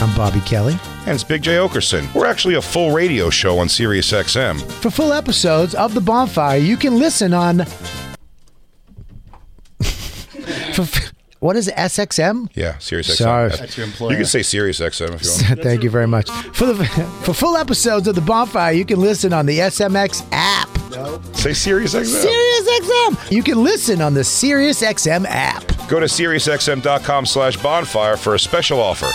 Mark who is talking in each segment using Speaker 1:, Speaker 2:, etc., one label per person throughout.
Speaker 1: I'm Bobby Kelly.
Speaker 2: And it's Big J. Okerson. We're actually a full radio show on Sirius XM.
Speaker 1: For full episodes of The Bonfire, you can listen on. For, what is it, SXM?
Speaker 2: Yeah, Sirius XM.
Speaker 1: Sorry.
Speaker 2: That's-
Speaker 3: That's your employer.
Speaker 2: You can say Sirius XM if you want.
Speaker 1: Thank you very much. For, the, for full episodes of The Bonfire, you can listen on the SMX app.
Speaker 2: say Sirius XM.
Speaker 1: SiriusXM. You can listen on the SiriusXM app.
Speaker 2: Go to SiriusXM.com slash bonfire for a special offer.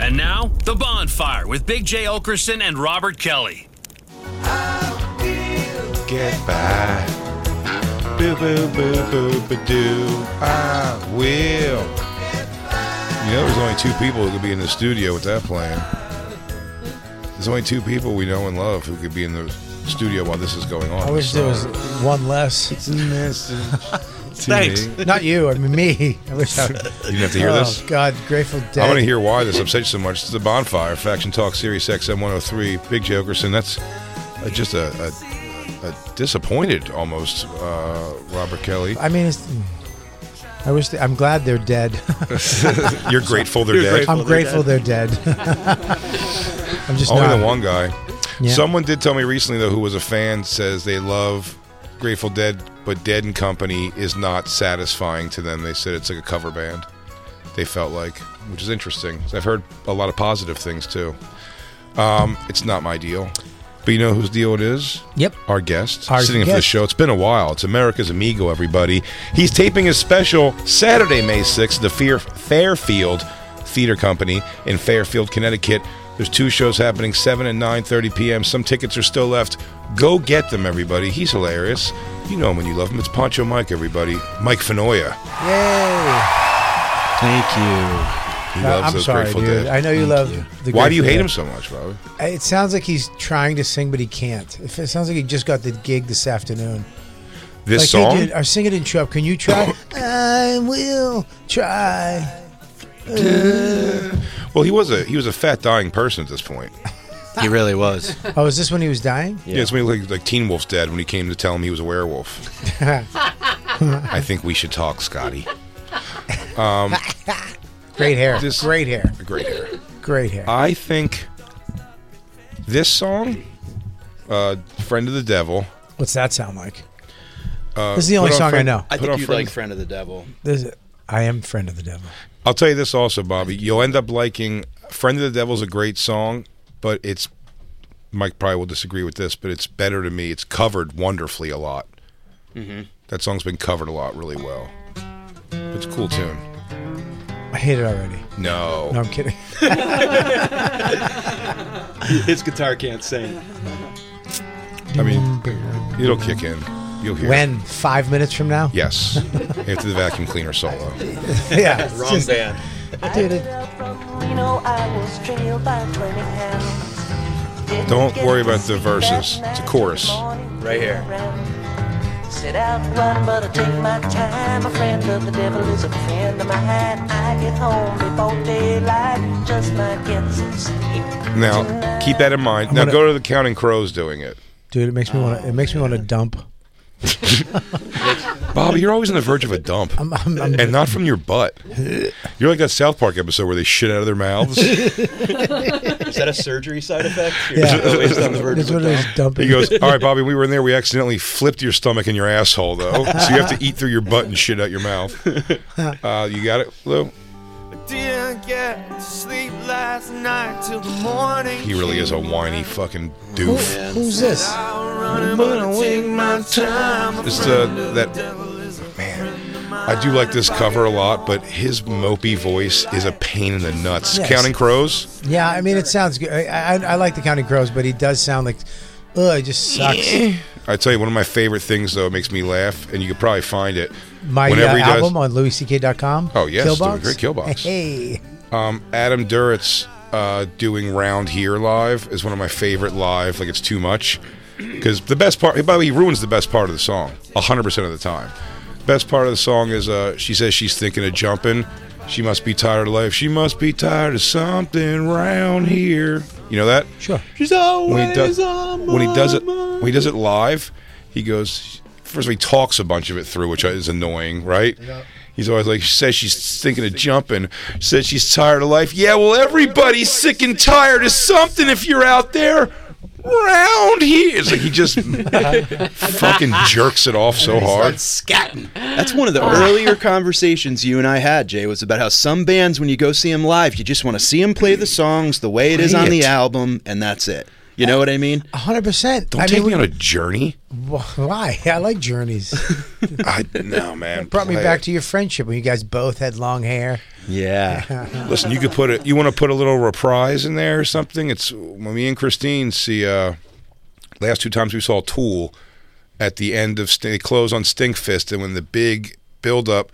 Speaker 4: And now, The Bonfire with Big J. Okerson and Robert Kelly.
Speaker 2: Get by. Boo boo boo boo ba doo. I will. You know, there's only two people who could be in the studio with that playing. There's only two people we know and love who could be in the studio while this is going on.
Speaker 5: I wish there was one less.
Speaker 2: It's a message.
Speaker 5: Thanks.
Speaker 2: You
Speaker 1: Not you, I mean me. I wish I
Speaker 2: didn't have to hear
Speaker 1: oh,
Speaker 2: this.
Speaker 1: God, Grateful Dead.
Speaker 2: I want to hear why this upsets you so much. It's the bonfire, Faction Talk, Series XM 103, Big Jokerson. That's uh, just a, a, a disappointed almost uh, Robert Kelly.
Speaker 1: I mean, it's, I wish. They, I'm glad they're dead.
Speaker 2: You're grateful they're dead.
Speaker 1: I'm grateful they're dead. I'm just
Speaker 2: Only
Speaker 1: not.
Speaker 2: the one guy.
Speaker 1: Yeah.
Speaker 2: Someone did tell me recently though, who was a fan, says they love Grateful Dead, but Dead and Company is not satisfying to them. They said it's like a cover band. They felt like, which is interesting. I've heard a lot of positive things too. Um, it's not my deal, but you know whose deal it is.
Speaker 1: Yep.
Speaker 2: our guest
Speaker 1: Our
Speaker 2: sitting in for the
Speaker 1: guest.
Speaker 2: show. It's been a while. It's America's Amigo, everybody. He's taping his special Saturday, May 6th, the Fear Fairfield Theater Company in Fairfield, Connecticut. There's two shows happening, 7 and 9.30 p.m. Some tickets are still left. Go get them, everybody. He's hilarious. You know him when you love him. It's Poncho Mike, everybody. Mike Fenoya.
Speaker 1: Yay!
Speaker 5: Thank you.
Speaker 2: He
Speaker 1: Uh,
Speaker 2: loves
Speaker 1: I'm
Speaker 2: those
Speaker 1: sorry,
Speaker 2: Grateful
Speaker 1: dude.
Speaker 2: Dead.
Speaker 1: I know you love. The
Speaker 2: Why do you
Speaker 1: Grateful
Speaker 2: hate
Speaker 1: Dead.
Speaker 2: him so much, Bobby?
Speaker 1: It sounds like he's trying to sing, but he can't. If It sounds like he just got the gig this afternoon.
Speaker 2: This
Speaker 1: like,
Speaker 2: song?
Speaker 1: Hey, dude, our singing didn't show up. Can you try? I will try.
Speaker 2: well, he was a he was a fat dying person at this point.
Speaker 5: He really was.
Speaker 1: Oh, is this when he was dying?
Speaker 2: Yeah, it's when he like, like Teen Wolf's dad when he came to tell him he was a werewolf. I think we should talk, Scotty.
Speaker 1: Great hair.
Speaker 2: This- Uh,
Speaker 1: Great hair.
Speaker 2: Great hair.
Speaker 1: Great hair.
Speaker 2: I think this song, uh, "Friend of the Devil."
Speaker 1: What's that sound like?
Speaker 2: Uh,
Speaker 1: This is the
Speaker 2: put
Speaker 1: only
Speaker 2: on
Speaker 1: song I
Speaker 2: Friend-
Speaker 1: know.
Speaker 3: I
Speaker 2: put on
Speaker 3: think you
Speaker 2: Friend-
Speaker 3: like Friend of the Devil.
Speaker 1: This is, I am friend of the devil.
Speaker 2: I'll tell you this also, Bobby. You'll end up liking "Friend of the Devil" is a great song, but it's Mike probably will disagree with this, but it's better to me. It's covered wonderfully a lot.
Speaker 3: Mm-hmm.
Speaker 2: That song's been covered a lot, really well. It's a cool tune.
Speaker 1: I hate it already.
Speaker 2: No,
Speaker 1: No, I'm kidding.
Speaker 3: His guitar can't sing.
Speaker 2: I mean it'll kick in. You'll hear. it.
Speaker 1: When? Five minutes from now?
Speaker 2: Yes. After the vacuum cleaner solo.
Speaker 1: yeah. it's
Speaker 3: Wrong
Speaker 1: just-
Speaker 3: band.
Speaker 1: Dude, it-
Speaker 2: Don't worry about the verses. It's a chorus.
Speaker 3: Right here.
Speaker 6: Sit out and run, but I take my time. A friend of the devil is a friend of mine. I get home before daylight, just might get some sleep.
Speaker 2: Now, keep that in mind. Now go to the Counting Crows doing it.
Speaker 1: dude, it makes me want to. It makes me want to dump.
Speaker 2: Bob, you're always on the verge of a dump, and not from your butt. You're like that South Park episode where they shit out of their mouths.
Speaker 3: Is that a surgery side effect? You're
Speaker 1: Yeah.
Speaker 3: always on the verge
Speaker 1: That's
Speaker 3: of a
Speaker 1: what it is.
Speaker 3: dump.
Speaker 1: Dumping.
Speaker 2: He goes, "All right, Bobby, we were in there. We accidentally flipped your stomach and your asshole, though, so you have to eat through your butt and shit out your mouth." Uh, you got it, Lou.
Speaker 7: Didn't get to sleep last night till the morning.
Speaker 2: He really is a whiny fucking
Speaker 1: Oh,
Speaker 2: doof.
Speaker 1: Who's this?
Speaker 7: I'm gonna take my time.
Speaker 2: It's uh, that man. I do like this cover a lot, but his mopey voice is a pain in the nuts.
Speaker 1: Yes.
Speaker 2: Counting crows.
Speaker 1: Yeah, I mean, it sounds good. I, I, I like the Counting Crows, but he does sound like, ugh, it just sucks.
Speaker 2: I tell you, one of my favorite things though, it makes me laugh, and you could probably find it
Speaker 1: My uh, album on louisck.com.
Speaker 2: Oh, yes, it's doing
Speaker 1: Killbox.
Speaker 2: great, Killbox.
Speaker 1: Hey.
Speaker 2: Um, Adam Duritz uh, doing Round Here live is one of my favorite live. Like it's too much because the best part. By the way, he ruins the best part of the song hundred percent of the time. Best part of the song is uh, she says she's thinking of jumping. She must be tired of life. She must be tired of something round here. You know that?
Speaker 1: Sure.
Speaker 3: She's always
Speaker 2: when he does
Speaker 3: on
Speaker 2: when he does it
Speaker 3: my
Speaker 2: when he does it live, he goes first of all, he talks a bunch of it through, which is annoying, right? He's always like, she says she's thinking of jumping. Says she's tired of life. Yeah, well, everybody's sick and tired of something. If you're out there, round here, it's like he just fucking jerks it off so hard.
Speaker 8: scatting.
Speaker 3: That's one of the earlier conversations you and I had, Jay, was about how some bands, when you go see them live, you just want to see them play the songs the way it is on
Speaker 2: Play
Speaker 3: the
Speaker 2: it.
Speaker 3: album, and that's it. You know what I mean?
Speaker 1: 100%.
Speaker 2: Don't
Speaker 1: I
Speaker 2: take
Speaker 1: mean,
Speaker 2: me on a journey.
Speaker 1: Why? I like journeys.
Speaker 2: I no man.
Speaker 1: Brought me
Speaker 2: play
Speaker 1: back
Speaker 2: it.
Speaker 1: to your friendship when you guys both had long hair.
Speaker 3: Yeah.
Speaker 2: Listen, you could put it. You want to put a little reprise in there or something? It's when me and Christine see. Uh, last two times we saw Tool, at the end of Sting- they close on Stinkfist, and when the big build up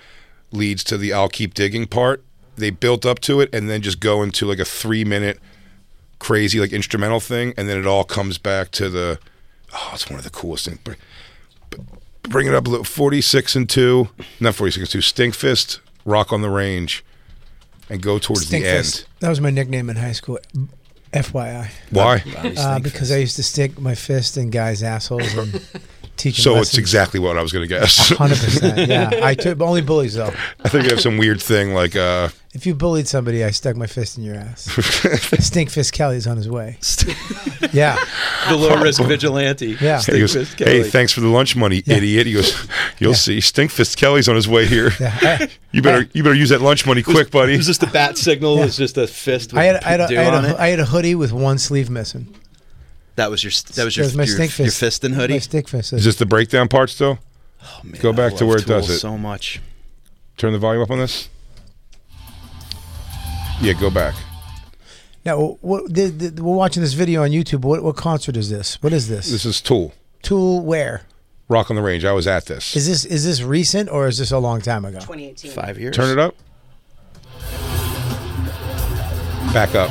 Speaker 2: leads to the "I'll keep digging" part, they built up to it and then just go into like a three minute crazy like instrumental thing, and then it all comes back to the. Oh, it's one of the coolest things. Br- Bring it up a little. Forty-six and two, not forty-six and two. Stinkfist, Rock on the Range, and go towards the
Speaker 1: Stinkfist.
Speaker 2: end.
Speaker 1: That was my nickname in high school. FYI.
Speaker 2: Why?
Speaker 1: Uh, because I used to stick my fist in guys' assholes and teach them
Speaker 2: So
Speaker 1: lessons.
Speaker 2: it's exactly what I was going to guess.
Speaker 1: Hundred percent. Yeah, I took only bullies though.
Speaker 2: I think you have some weird thing like uh,
Speaker 1: If you bullied somebody, I stuck my fist in your ass. Stink fist Kelly's on his way. yeah,
Speaker 3: The low risk vigilante.
Speaker 1: Yeah.
Speaker 2: he goes,
Speaker 3: Stinkfist
Speaker 2: "Hey,
Speaker 3: Kelly.
Speaker 2: thanks for the lunch money, idiot." He goes, "You'll see, Stinkfist Kelly's on his way here.
Speaker 1: I-
Speaker 2: you better you better use that lunch money quick, buddy."
Speaker 3: Is this the bat signal? Is just a fist with
Speaker 1: I had, I, had a,
Speaker 3: dew
Speaker 1: I, had
Speaker 3: on
Speaker 1: a,
Speaker 3: it?
Speaker 1: I had a hoodie with one sleeve missing.
Speaker 3: that was your that was your
Speaker 1: That was my
Speaker 3: your,
Speaker 1: stink fist.
Speaker 3: your fist and hoodie.
Speaker 1: My stick fist.
Speaker 2: Is this the breakdown part still? Go
Speaker 3: Oh, I
Speaker 2: back to
Speaker 3: love
Speaker 2: where it
Speaker 3: Tool
Speaker 2: does it.
Speaker 3: so much.
Speaker 2: Turn the volume up on this. Yeah, go back.
Speaker 1: now? What, the, the, we're watching this video on YouTube. What, what concert is this? What is this?
Speaker 2: This is Tool,
Speaker 1: Tool where?
Speaker 2: Rock on the Range. I was at this.
Speaker 1: Is this is this recent or is this a long time ago?
Speaker 8: 2018.
Speaker 3: Five years.
Speaker 2: Turn it up. Back up.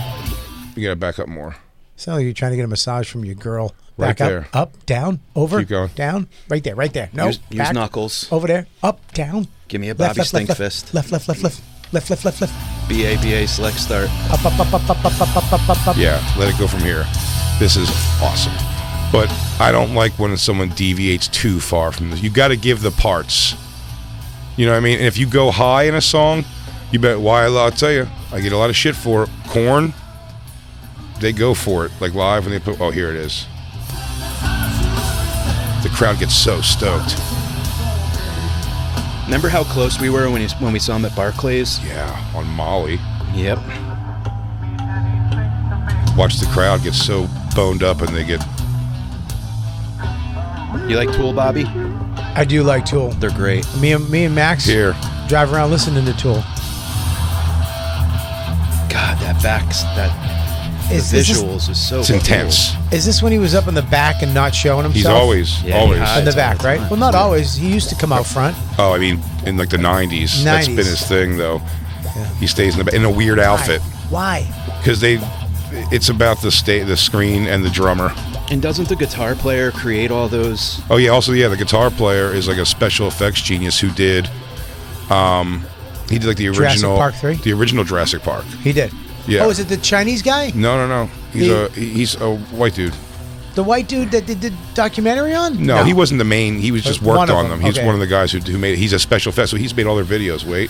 Speaker 2: You gotta back up more.
Speaker 1: Sound like you're trying to get a massage from your girl.
Speaker 2: Right
Speaker 1: Back
Speaker 2: there.
Speaker 1: up, up, down, over,
Speaker 2: Keep going.
Speaker 1: down, right there, right there. No,
Speaker 3: Use- use
Speaker 1: back,
Speaker 3: knuckles.
Speaker 1: over there, up, down.
Speaker 3: Give me a
Speaker 1: Left,
Speaker 3: Bobby
Speaker 1: left, left,
Speaker 3: Stink
Speaker 1: left,
Speaker 3: fist.
Speaker 1: Left, left, left, left, left, left, left, left.
Speaker 3: B A B A select start.
Speaker 1: Up, up, up, up, up, up, up, up, up, up, up.
Speaker 2: Yeah, let it go from here. This is awesome. But I don't like when someone deviates too far from this. You got to give the parts. You know what I mean? And if you go high in a song, you bet. Why? I'll tell you, I get a lot of shit for it. Corn. They go for it, like live when they put. Oh, here it is. The crowd gets so stoked.
Speaker 3: Remember how close we were when he, when we saw him at Barclays?
Speaker 2: Yeah, on Molly.
Speaker 3: Yep.
Speaker 2: Watch the crowd get so boned up, and they get.
Speaker 3: You like Tool, Bobby?
Speaker 1: I do like Tool.
Speaker 3: They're great.
Speaker 1: Me and me and Max
Speaker 2: Here.
Speaker 1: drive around listening to Tool.
Speaker 3: God, that backs that the
Speaker 1: Is this, is,
Speaker 3: visuals is so
Speaker 2: It's intense.
Speaker 1: is this when he was up in the back and not showing himself?
Speaker 2: He's always,
Speaker 3: Yeah, he
Speaker 2: always.
Speaker 3: hides.
Speaker 1: in the
Speaker 3: all
Speaker 1: back,
Speaker 3: the
Speaker 1: right?
Speaker 3: time.
Speaker 1: Well, not always. He used to come out front.
Speaker 2: Oh, I mean, in like the 90s. That's been
Speaker 1: 90s.
Speaker 2: his thing, though. He stays in, the, in a weird outfit
Speaker 1: Why?
Speaker 2: because they. It's about the state, the screen, and the drummer.
Speaker 3: And doesn't the guitar player create all those?
Speaker 2: Oh yeah, also yeah, the guitar player is like a special effects genius who did. Um, he did like the
Speaker 1: Jurassic
Speaker 2: original
Speaker 1: Park three?
Speaker 2: the original Jurassic Park.
Speaker 1: He did.
Speaker 2: Yeah.
Speaker 1: Oh, is it the Chinese guy?
Speaker 2: No, no, no. He's
Speaker 1: He-
Speaker 2: a he's a white dude.
Speaker 1: The white dude that did the documentary on?
Speaker 2: No, he wasn't the main. He was just
Speaker 1: One
Speaker 2: worked
Speaker 1: of
Speaker 2: on
Speaker 1: them,
Speaker 2: them. He's
Speaker 1: okay.
Speaker 2: one of the guys who, who made it. He's a special effects, so he's made all their videos. Wait.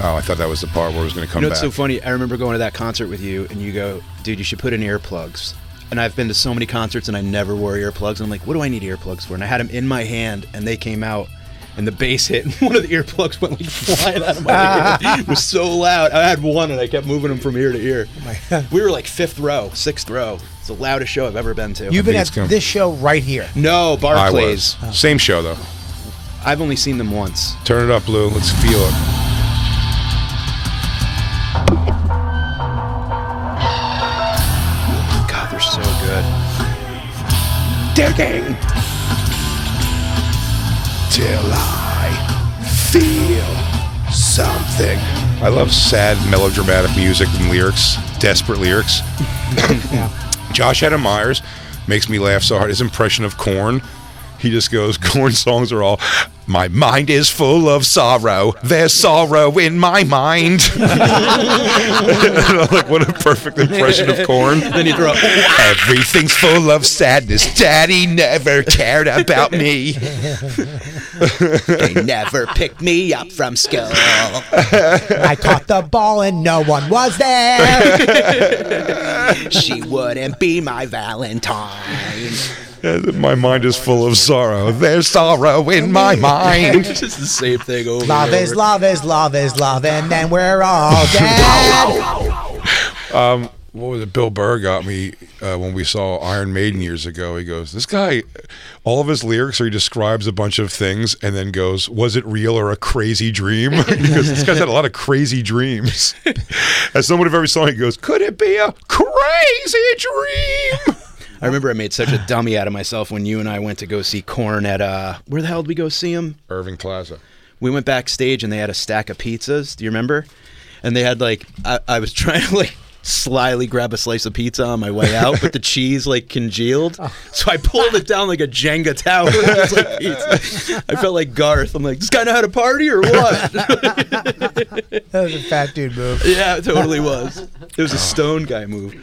Speaker 2: Oh, I thought that was the part where it was going to
Speaker 3: You
Speaker 2: come
Speaker 3: know,
Speaker 2: back.
Speaker 3: it's so funny. I remember going to that concert with you, and you go, dude, you should put in earplugs. And I've been to so many concerts, and I never wore earplugs. And I'm like, what do I need earplugs for? And I had them in my hand, and they came out, and the bass hit, and one of the earplugs went like flying out of my ear. It was so loud. I had one, and I kept moving them from ear to ear. We were like fifth row, sixth row. It's the loudest show I've ever been to.
Speaker 1: You've been at this show right here.
Speaker 3: No,
Speaker 2: I
Speaker 3: Barclays.
Speaker 2: was. Same show though.
Speaker 3: I've only seen them once.
Speaker 2: Turn it up, Lou. Let's feel it.
Speaker 3: God, they're so good.
Speaker 2: Digging till I feel something. I love sad, melodramatic music and lyrics, desperate lyrics. Josh Adam Myers makes me laugh so hard. His impression of corn, he just goes, corn songs are all, my mind is full of sorrow. There's sorrow in my mind. And I'm like, what a perfect impression of corn.
Speaker 3: Then you throw
Speaker 2: everything's full of sadness. Daddy never cared about me.
Speaker 3: they never picked me up from school.
Speaker 1: I caught the ball and no one was there.
Speaker 3: she wouldn't be my Valentine.
Speaker 2: My mind is full of sorrow. There's sorrow in my mind.
Speaker 3: It's just the same thing over
Speaker 1: Love
Speaker 3: and
Speaker 1: is
Speaker 3: over.
Speaker 1: love is love is love, and then we're all dead.
Speaker 2: Um, what was it? Bill Burr got me uh, when we saw Iron Maiden years ago. He goes, "This guy, all of his lyrics are he describes a bunch of things and then goes, was it real or a crazy dream?' because this guy's had a lot of crazy dreams. As someone of every song, he goes, "Could it be a crazy dream?"
Speaker 3: I remember I made such a dummy out of myself when you and I went to go see Corn at uh where the hell did we go see him?
Speaker 2: Irving Plaza.
Speaker 3: We went backstage and they had a stack of pizzas. Do you remember? And they had like I, I was trying to like slyly grab a slice of pizza on my way out, but the cheese like congealed. So I pulled it down like a Jenga tower. It was like pizza. I felt like Garth. I'm like, this guy know how to party or what?
Speaker 1: That was a fat dude move.
Speaker 3: yeah, it totally was. It was a stone guy move.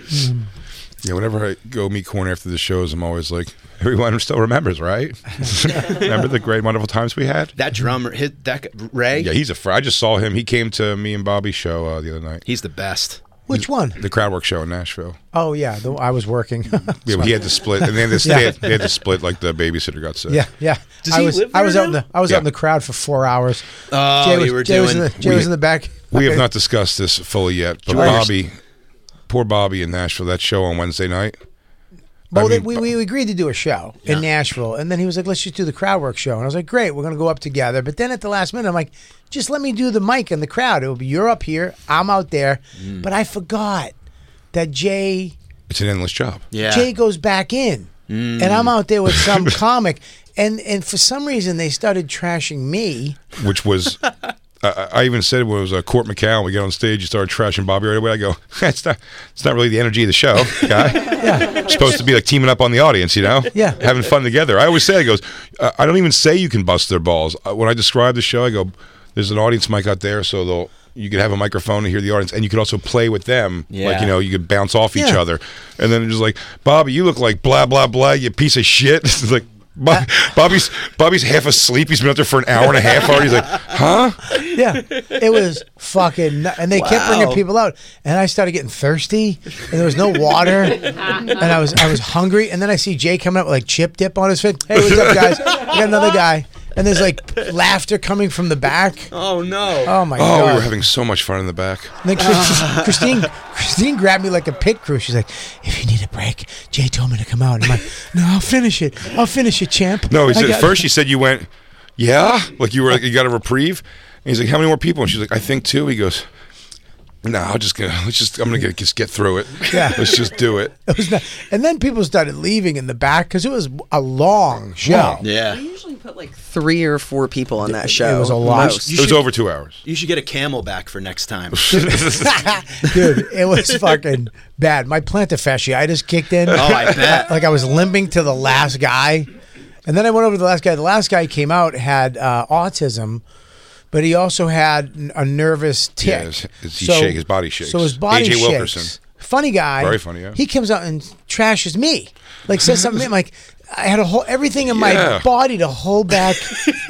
Speaker 2: Yeah, whenever I go meet Corn after the shows, I'm always like, "Everyone still remembers, right? Remember the great, wonderful times we had."
Speaker 3: That drummer hit that guy- Ray.
Speaker 2: Yeah, he's a. Fr- I just saw him. He came to me and Bobby's show uh, the other night.
Speaker 3: He's the best.
Speaker 1: Which one?
Speaker 2: The crowd work show in Nashville.
Speaker 1: Oh yeah, the, I was working.
Speaker 2: Yeah, but he had to split, and then they,
Speaker 1: Yeah.
Speaker 2: they, had, they had to split like the babysitter got sick.
Speaker 1: Yeah, yeah.
Speaker 3: Does
Speaker 1: I
Speaker 3: he
Speaker 1: was,
Speaker 3: live
Speaker 1: I was
Speaker 3: there
Speaker 1: out in
Speaker 3: now?
Speaker 1: the I was
Speaker 2: Yeah.
Speaker 1: out in the crowd for four hours.
Speaker 3: Oh,
Speaker 1: Jay was,
Speaker 3: you were
Speaker 1: Jay was in
Speaker 3: doing-
Speaker 1: the Jay was in the back.
Speaker 2: We have not discussed this fully yet, but
Speaker 1: Sure.
Speaker 2: Bobby, poor Bobby in Nashville, that show on Wednesday night.
Speaker 1: Well,
Speaker 2: I
Speaker 1: then
Speaker 2: mean,
Speaker 1: we, we agreed to do a show in Nashville, and then he was like, "Let's just do the crowd work show." And I was like, "Great, we're gonna go up together." But then at the last minute, I'm like, "Just let me do the mic and the crowd. It'll be you're up here, I'm out there."
Speaker 3: Mm.
Speaker 1: But I forgot that Jay
Speaker 2: It's an endless job.
Speaker 3: Yeah. Mm.
Speaker 1: Jay goes back in, and I'm out there with some comic, and and for some reason they started trashing me.
Speaker 2: which was I- I, I even said when it was uh, Court McCown. We get on stage, you start trashing Bobby right away. I go, it's not, it's not really the energy of the show, guy. Supposed to be like teaming up on the audience, you know?
Speaker 1: Yeah.
Speaker 2: having fun together. I always say, I goes, uh, I don't even say you can bust their balls Uh, when I describe the show. I go, there's an audience mic out there, so they'll. You could have a microphone to hear the audience, and you could also play with them. Like,
Speaker 3: Yeah.
Speaker 2: you know, you could bounce off each
Speaker 1: Yeah.
Speaker 2: other. And then it's just like, Bobby, you look like blah, blah, blah, you piece of shit. it's like, Bo-
Speaker 1: Uh,
Speaker 2: Bobby's Bobby's half asleep. He's been up there for an hour and a half already. He's like, huh?
Speaker 1: Yeah, it was fucking, nu- and they kept bringing
Speaker 3: Wow.
Speaker 1: people out, and I started getting thirsty, and there was no water, and I was I was hungry, and then I see Jay coming up with like chip dip on his fit. Hey, what's up, guys? We got another guy, and there's like laughter coming from the back.
Speaker 3: Oh no.
Speaker 1: Oh my
Speaker 2: Oh, we were
Speaker 1: god!
Speaker 2: having so much fun in the back.
Speaker 1: And then Chris- Christine Christine grabbed me like a pit crew. She's like, "If you need a break, Jay told me to come out." And I'm like, "No, I'll finish it. I'll finish it, champ."
Speaker 2: No, he
Speaker 1: I
Speaker 2: said,
Speaker 1: got-
Speaker 2: first she said you went, yeah, like you were like you got a reprieve. And he's like, how many more people? And she's like, I think two. He goes, no, I'm just gonna let's just I'm gonna get, just get through it.
Speaker 1: Yeah.
Speaker 2: let's just do it.
Speaker 1: It was not, and then people started leaving in the back because it was a long show.
Speaker 3: Yeah.
Speaker 8: usually put like three or four people on that show.
Speaker 1: It was a lot.
Speaker 8: most.
Speaker 2: it was over two hours.
Speaker 3: You should get a camel back for next time.
Speaker 1: Dude, it was fucking bad. My plantar fasciitis kicked in. Oh,
Speaker 3: I bet.
Speaker 1: like I was limping to the last guy. And then I went over to the last guy. The last guy came out, had uh, autism, but he also had n- a nervous tick.
Speaker 2: Yeah, it's- it's- he shake- his body shakes.
Speaker 1: So his body
Speaker 2: AJ
Speaker 1: shakes.
Speaker 2: Wilkerson.
Speaker 1: funny guy.
Speaker 2: Very funny, yeah.
Speaker 1: He comes out and trashes me, like says something. to me, I'm like, I had a whole everything in my
Speaker 2: Yeah.
Speaker 1: body to hold back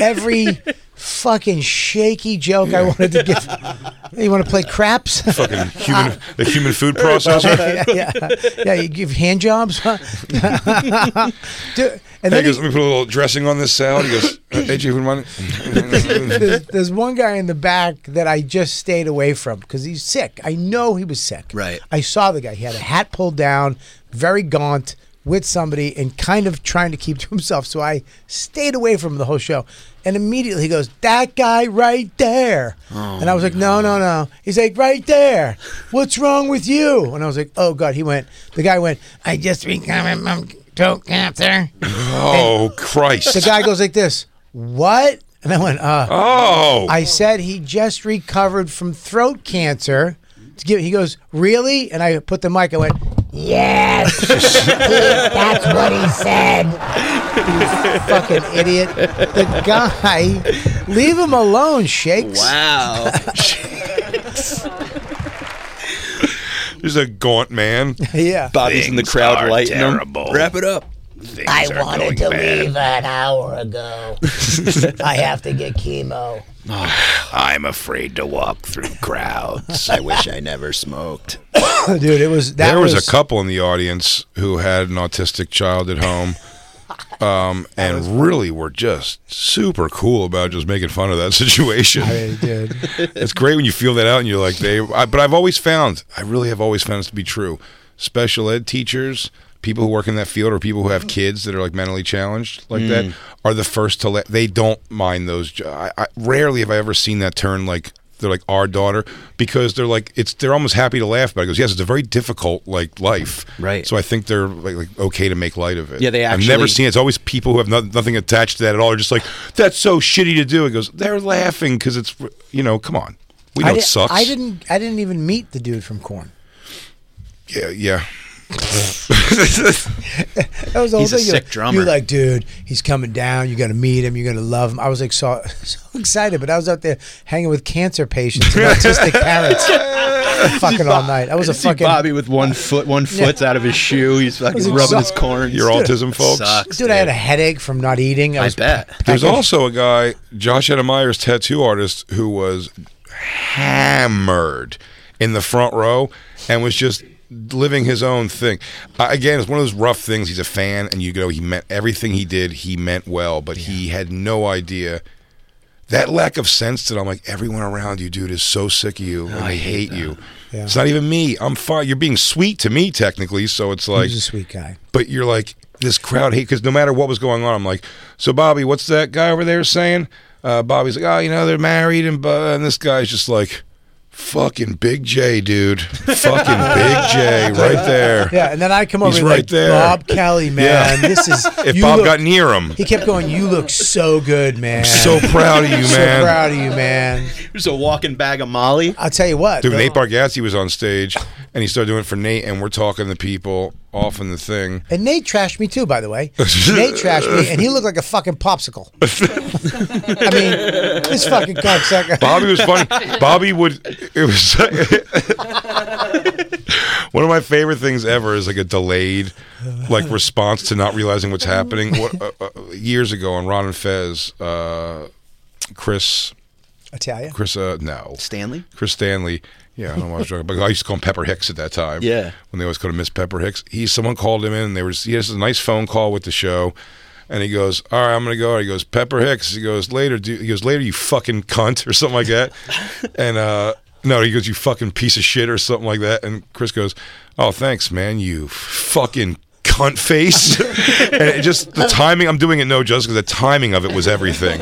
Speaker 1: every fucking shaky joke I wanted to give. You want to play craps?
Speaker 2: Fucking human,
Speaker 1: Ah.
Speaker 2: the human food
Speaker 1: yeah,
Speaker 2: processor.
Speaker 1: yeah, yeah. You give hand jobs, huh? Dude, and
Speaker 2: hey,
Speaker 1: then
Speaker 2: he goes, let me put a little dressing on this salad. He goes, uh, hey, Chief, would you mind?
Speaker 1: there's, there's one guy in the back that I just stayed away from because he's sick. I know he was sick. Right. I saw the guy. He had a hat pulled down, very gaunt, with somebody, and kind of trying to keep to himself. So I stayed away from him the whole show. And immediately he goes, "That guy right there," and I was like, "No, no, no." He's like, "Right there. What's wrong with you?" And I was like, "Oh God." He went. The guy went. I just been coming from throat cancer.
Speaker 2: Oh, Christ.
Speaker 1: The guy goes like this. What? And I went, uh,
Speaker 2: Oh.
Speaker 1: I said he just recovered from throat cancer. To give- He goes, really? And I put the mic. I went, yes. That's what he said. You fucking idiot. The guy, leave him alone, Shakes.
Speaker 3: Wow.
Speaker 2: He's a gaunt man.
Speaker 1: yeah.
Speaker 3: Bobby's in the
Speaker 2: Things
Speaker 3: crowd
Speaker 2: are
Speaker 3: lighting 'em.
Speaker 2: terrible.
Speaker 3: Wrap it up.
Speaker 2: Things
Speaker 9: I
Speaker 2: are
Speaker 9: wanted to
Speaker 2: going bad.
Speaker 9: leave an hour ago. I have to get chemo.
Speaker 5: I'm afraid to walk through crowds. I wish I never smoked.
Speaker 1: Dude, it was that
Speaker 2: there was,
Speaker 1: was
Speaker 2: a couple in the audience who had an autistic child at home um, and really were just super cool about just making fun of that situation
Speaker 1: I really did.
Speaker 2: it's great when you feel that out and you're like they I, but i've always found i really have always found this to be true special ed teachers people who work in that field or people who have kids that are like mentally challenged like that
Speaker 5: Mm.
Speaker 2: are the first to let they don't mind those jo- I, I rarely have i ever seen that turn like they're like our daughter because they're like it's they're almost happy to laugh about it because yes it's a very difficult like life right so i think they're like, like okay to make light of it
Speaker 3: Yeah, they
Speaker 2: i've never
Speaker 3: actually-
Speaker 2: seen it's always people who have no, nothing attached to that at all are just like that's so shitty to do it goes they're laughing because it's you know come on we know
Speaker 1: I
Speaker 2: it
Speaker 1: did-
Speaker 2: sucks.
Speaker 1: I didn't. I didn't even meet the dude from Corn.
Speaker 2: Yeah, yeah.
Speaker 1: That was the whole
Speaker 2: He's a
Speaker 1: thing. You're
Speaker 2: sick
Speaker 1: like-
Speaker 2: drummer.
Speaker 1: You're like, dude, he's coming down. You're gonna meet him. You're gonna love him. I was like, so so excited, but I was out there hanging with cancer patients and autistic parents, fucking all night. I was a
Speaker 3: You see
Speaker 1: fucking
Speaker 3: Bobby with one foot, one
Speaker 1: Yeah.
Speaker 3: foot's out of his shoe. He's
Speaker 1: was
Speaker 3: fucking rubbing his
Speaker 1: exhausted.
Speaker 3: corn.
Speaker 2: Your autism, folks?
Speaker 3: Sucks,
Speaker 1: dude, I had a headache from not eating. I, was bet.
Speaker 2: There's also a guy, Josh Adameyer's tattoo artist, who was hammered in the front row and was just living his own thing. Uh, again, it's one of those rough things. He's a fan, and you go, he meant everything he did, he meant well, but he had no idea. That lack of sense that I'm like, everyone around you, dude, is so sick of you, and
Speaker 5: I
Speaker 2: they
Speaker 5: hate
Speaker 2: hate, you.
Speaker 1: Yeah.
Speaker 2: It's not even me. I'm fine. You're being sweet to me, technically, so it's like.
Speaker 1: He's a sweet guy.
Speaker 2: but you're like this crowd hate because no matter what was going on, I'm like, so Bobby, what's that guy over there saying? Uh, Bobby's like, oh, you know, they're married, and bu- and this guy's just like, fucking Big J, dude, fucking Big J, right there.
Speaker 1: Yeah, and then I come over
Speaker 2: He's
Speaker 1: and
Speaker 2: right
Speaker 1: like,
Speaker 2: there.
Speaker 1: Bob Kelly, man. This is
Speaker 2: if
Speaker 1: you
Speaker 2: Bob
Speaker 1: look-
Speaker 2: got near him,
Speaker 1: He kept going. You look so good, man.
Speaker 2: so proud of you,
Speaker 1: So
Speaker 2: man."
Speaker 1: proud of you, man.
Speaker 3: There's a walking bag of Molly.
Speaker 1: I'll tell you what,
Speaker 2: Dude,
Speaker 1: though.
Speaker 2: Nate Bargatze was on stage, and he started doing it for Nate, and we're talking to people off in the thing.
Speaker 1: And Nate trashed me too, by the way. Nate trashed me, and he looked like a fucking popsicle. I mean, this fucking cocksucker.
Speaker 2: Bobby was funny. Bobby would. It was one of my favorite things ever is like a delayed, like response to not realizing what's happening. What, uh, uh, years ago on Ron and Fez, uh, Chris,
Speaker 1: Italia.
Speaker 2: Chris, uh, no,
Speaker 3: Stanley.
Speaker 2: Chris Stanley. Yeah, I don't know what I was talking about. I used to call him Pepper Hicks at that time.
Speaker 3: Yeah.
Speaker 2: When they always called him Miss Pepper Hicks. He someone called him in and they were he has a nice phone call with the show. And he goes, All right, I'm gonna go. He goes, Pepper Hicks. He goes, Later, do he goes, Later, you fucking cunt or something like that. and uh no, he goes, You fucking piece of shit or something like that. And Chris goes, Oh, thanks, man, you fucking cunt face and it just the timing i'm doing it no just because the timing of it was everything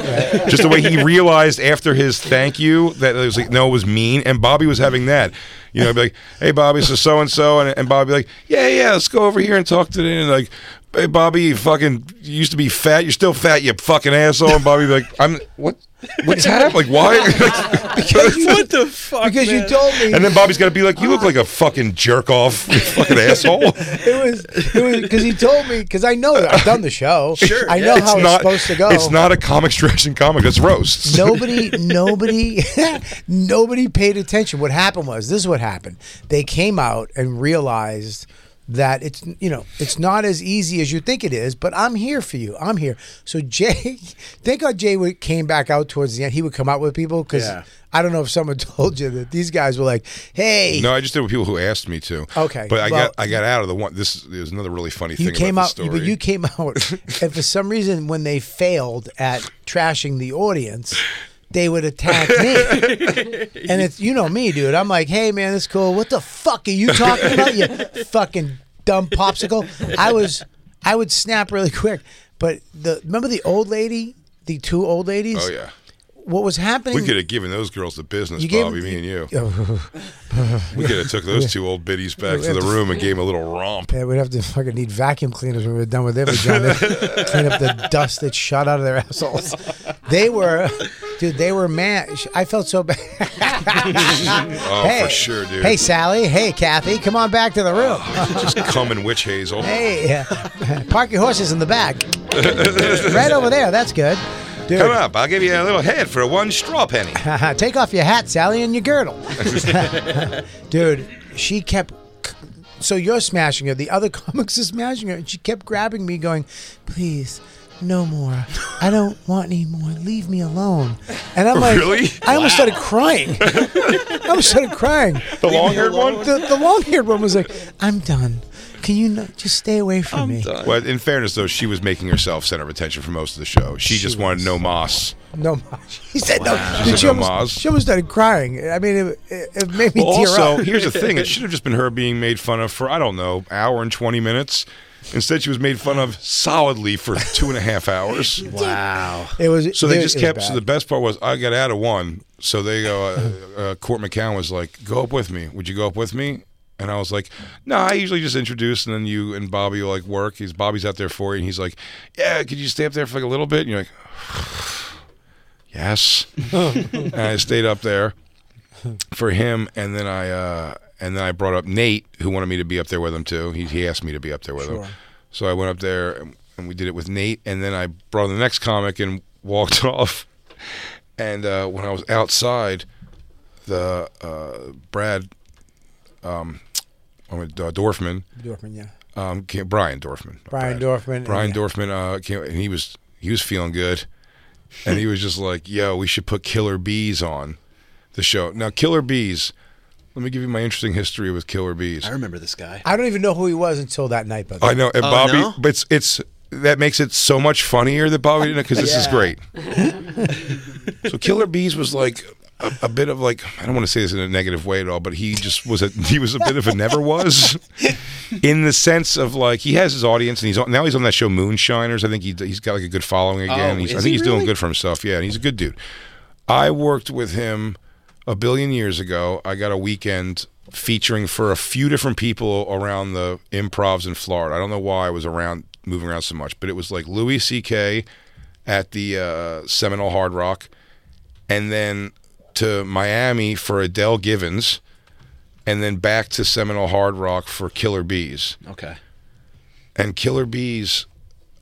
Speaker 2: just the way he realized after his thank you that it was like no it was mean and bobby was having that you know I'd be like hey bobby so so and so and and bobby like yeah yeah let's go over here and talk to them and like hey Bobby, you fucking you used to be fat. You're still fat, you fucking asshole. And Bobby be like, I'm what? What's happening? Like why? because
Speaker 1: what the fuck? Because you told me.
Speaker 2: And then Bobby's got to be like, you look like a fucking jerk off, you fucking asshole.
Speaker 1: it was it was because he told me because I know that I've done the show.
Speaker 2: Sure,
Speaker 1: I
Speaker 2: yeah.
Speaker 1: know
Speaker 2: It's
Speaker 1: how it's
Speaker 2: not-
Speaker 1: supposed to go.
Speaker 2: It's not a comic stretch and comic. It's roasts.
Speaker 1: nobody nobody nobody paid attention what happened was this is what happened they came out and realized that it's you know it's not as easy as you think it is but i'm here for you i'm here so jay thank god jay would, came back out towards the end he would come out with people because
Speaker 2: Yeah.
Speaker 1: i don't know if someone told you that these guys were like hey
Speaker 2: No, I just did with people who asked me to.
Speaker 1: Okay,
Speaker 2: but I
Speaker 1: well-
Speaker 2: got I got out of the one. This is another really funny
Speaker 1: you
Speaker 2: thing.
Speaker 1: came
Speaker 2: about
Speaker 1: out
Speaker 2: the story.
Speaker 1: but you came out and for some reason when they failed at trashing the audience they would attack me and it's you know me dude i'm like hey man this is cool what the fuck are you talking about you fucking dumb popsicle i was i would snap really quick but the remember the old lady the two old ladies
Speaker 2: Oh yeah,
Speaker 1: what was happening
Speaker 2: we could have given those girls the business,
Speaker 1: You gave-
Speaker 2: Bobby. Me and you.
Speaker 1: Yeah.
Speaker 2: We could have took those two old biddies back to the room and gave them a little romp.
Speaker 1: Yeah, we'd have to fucking need vacuum cleaners when we were done with their vagina. clean up the dust that shot out of their assholes. They were, dude, they were mad. Sh- I felt so bad.
Speaker 2: Oh,
Speaker 1: hey,
Speaker 2: for sure, dude.
Speaker 1: Hey, Sally. Hey, Kathy. Come on back to the room.
Speaker 2: just coming witch hazel.
Speaker 1: hey, uh, park your horses in the back. right over there. That's good. Dude.
Speaker 2: Come up, I'll give you a little head for one straw penny.
Speaker 1: Take off your hat, Sally, and your girdle. Dude, she kept. So you're smashing her. The other comics are smashing her. And she kept grabbing me, going, please. No more. I don't want any more. Leave me alone. And I'm like,
Speaker 2: Really?
Speaker 1: I almost started crying. I almost started crying.
Speaker 2: The long-haired one?
Speaker 1: The, the long haired one was like, I'm done. Can you not, just stay away from me?
Speaker 2: Well, in fairness, though, she was making herself center of attention for most of the show. She, just wanted no moss.
Speaker 1: No, Ma." she said
Speaker 2: Wow.
Speaker 1: no.
Speaker 2: She
Speaker 1: Dude,
Speaker 2: said
Speaker 1: she,
Speaker 2: no,
Speaker 1: almost,
Speaker 2: Maz.
Speaker 1: she almost started crying. I mean, it, it, it made me
Speaker 2: Well,
Speaker 1: tear up.
Speaker 2: also, here's the thing: it should have just been her being made fun of for I don't know, hour and twenty minutes. Instead, she was made fun of solidly for two and a half hours.
Speaker 3: Wow.
Speaker 1: It was
Speaker 2: So they
Speaker 1: it
Speaker 2: just
Speaker 1: was
Speaker 2: kept.
Speaker 1: bad.
Speaker 2: So the best part was I got out of one. So they go. Uh, uh, Court McCown was like, "Go up with me. Would you go up with me?" And I was like, "No, I usually just introduce, and then you and Bobby will like work. He's Bobby's out there for you, and he's like, "Yeah, could you stay up there for like a little bit?" And you're like, "Yes." and I stayed up there for him, and then I uh, and then I brought up Nate, who wanted me to be up there with him too. He he asked me to be up there with
Speaker 1: Sure.
Speaker 2: him, so I went up there and, and we did it with Nate, and then I brought the next comic and walked off. And uh, when I was outside, the uh, Brad, um, I mean, uh, Dorfman,
Speaker 1: Dorfman, yeah.
Speaker 2: um, came, Brian Dorfman, not
Speaker 1: Brian Dorfman,
Speaker 2: Brian
Speaker 1: yeah.
Speaker 2: Dorfman, uh, came, and he was he was feeling good, and he was just like, "Yo, we should put Killer Bees on the show." Now, Killer Bees, let me give you my interesting history with Killer Bees.
Speaker 3: I remember this guy.
Speaker 1: I don't even know who he was until that night, but
Speaker 2: I know, and
Speaker 3: Oh,
Speaker 2: Bobby, but it's it's that makes it so much funnier that Bobby didn't because this is
Speaker 1: Yeah.
Speaker 2: great. so Killer Bees was like a, a bit of like I don't want to say this in a negative way at all, but he just was a he was a bit of a never was, in the sense of like he has his audience and he's on, now he's on that show Moonshiners. I think he he's got like a good following again.
Speaker 3: Oh,
Speaker 2: he's, I
Speaker 3: is
Speaker 2: think
Speaker 3: he
Speaker 2: he's doing
Speaker 3: really?
Speaker 2: good for himself. Yeah, and he's a good dude. I worked with him a billion years ago. I got a weekend featuring for a few different people around the improvs in Florida. I don't know why I was around moving around so much, but it was like Louis C.K. at the uh, Seminole Hard Rock, and then to Miami for Adele Givens, and then back to Seminole Hard Rock for Killer Bees
Speaker 3: Okay.
Speaker 2: and Killer Bees.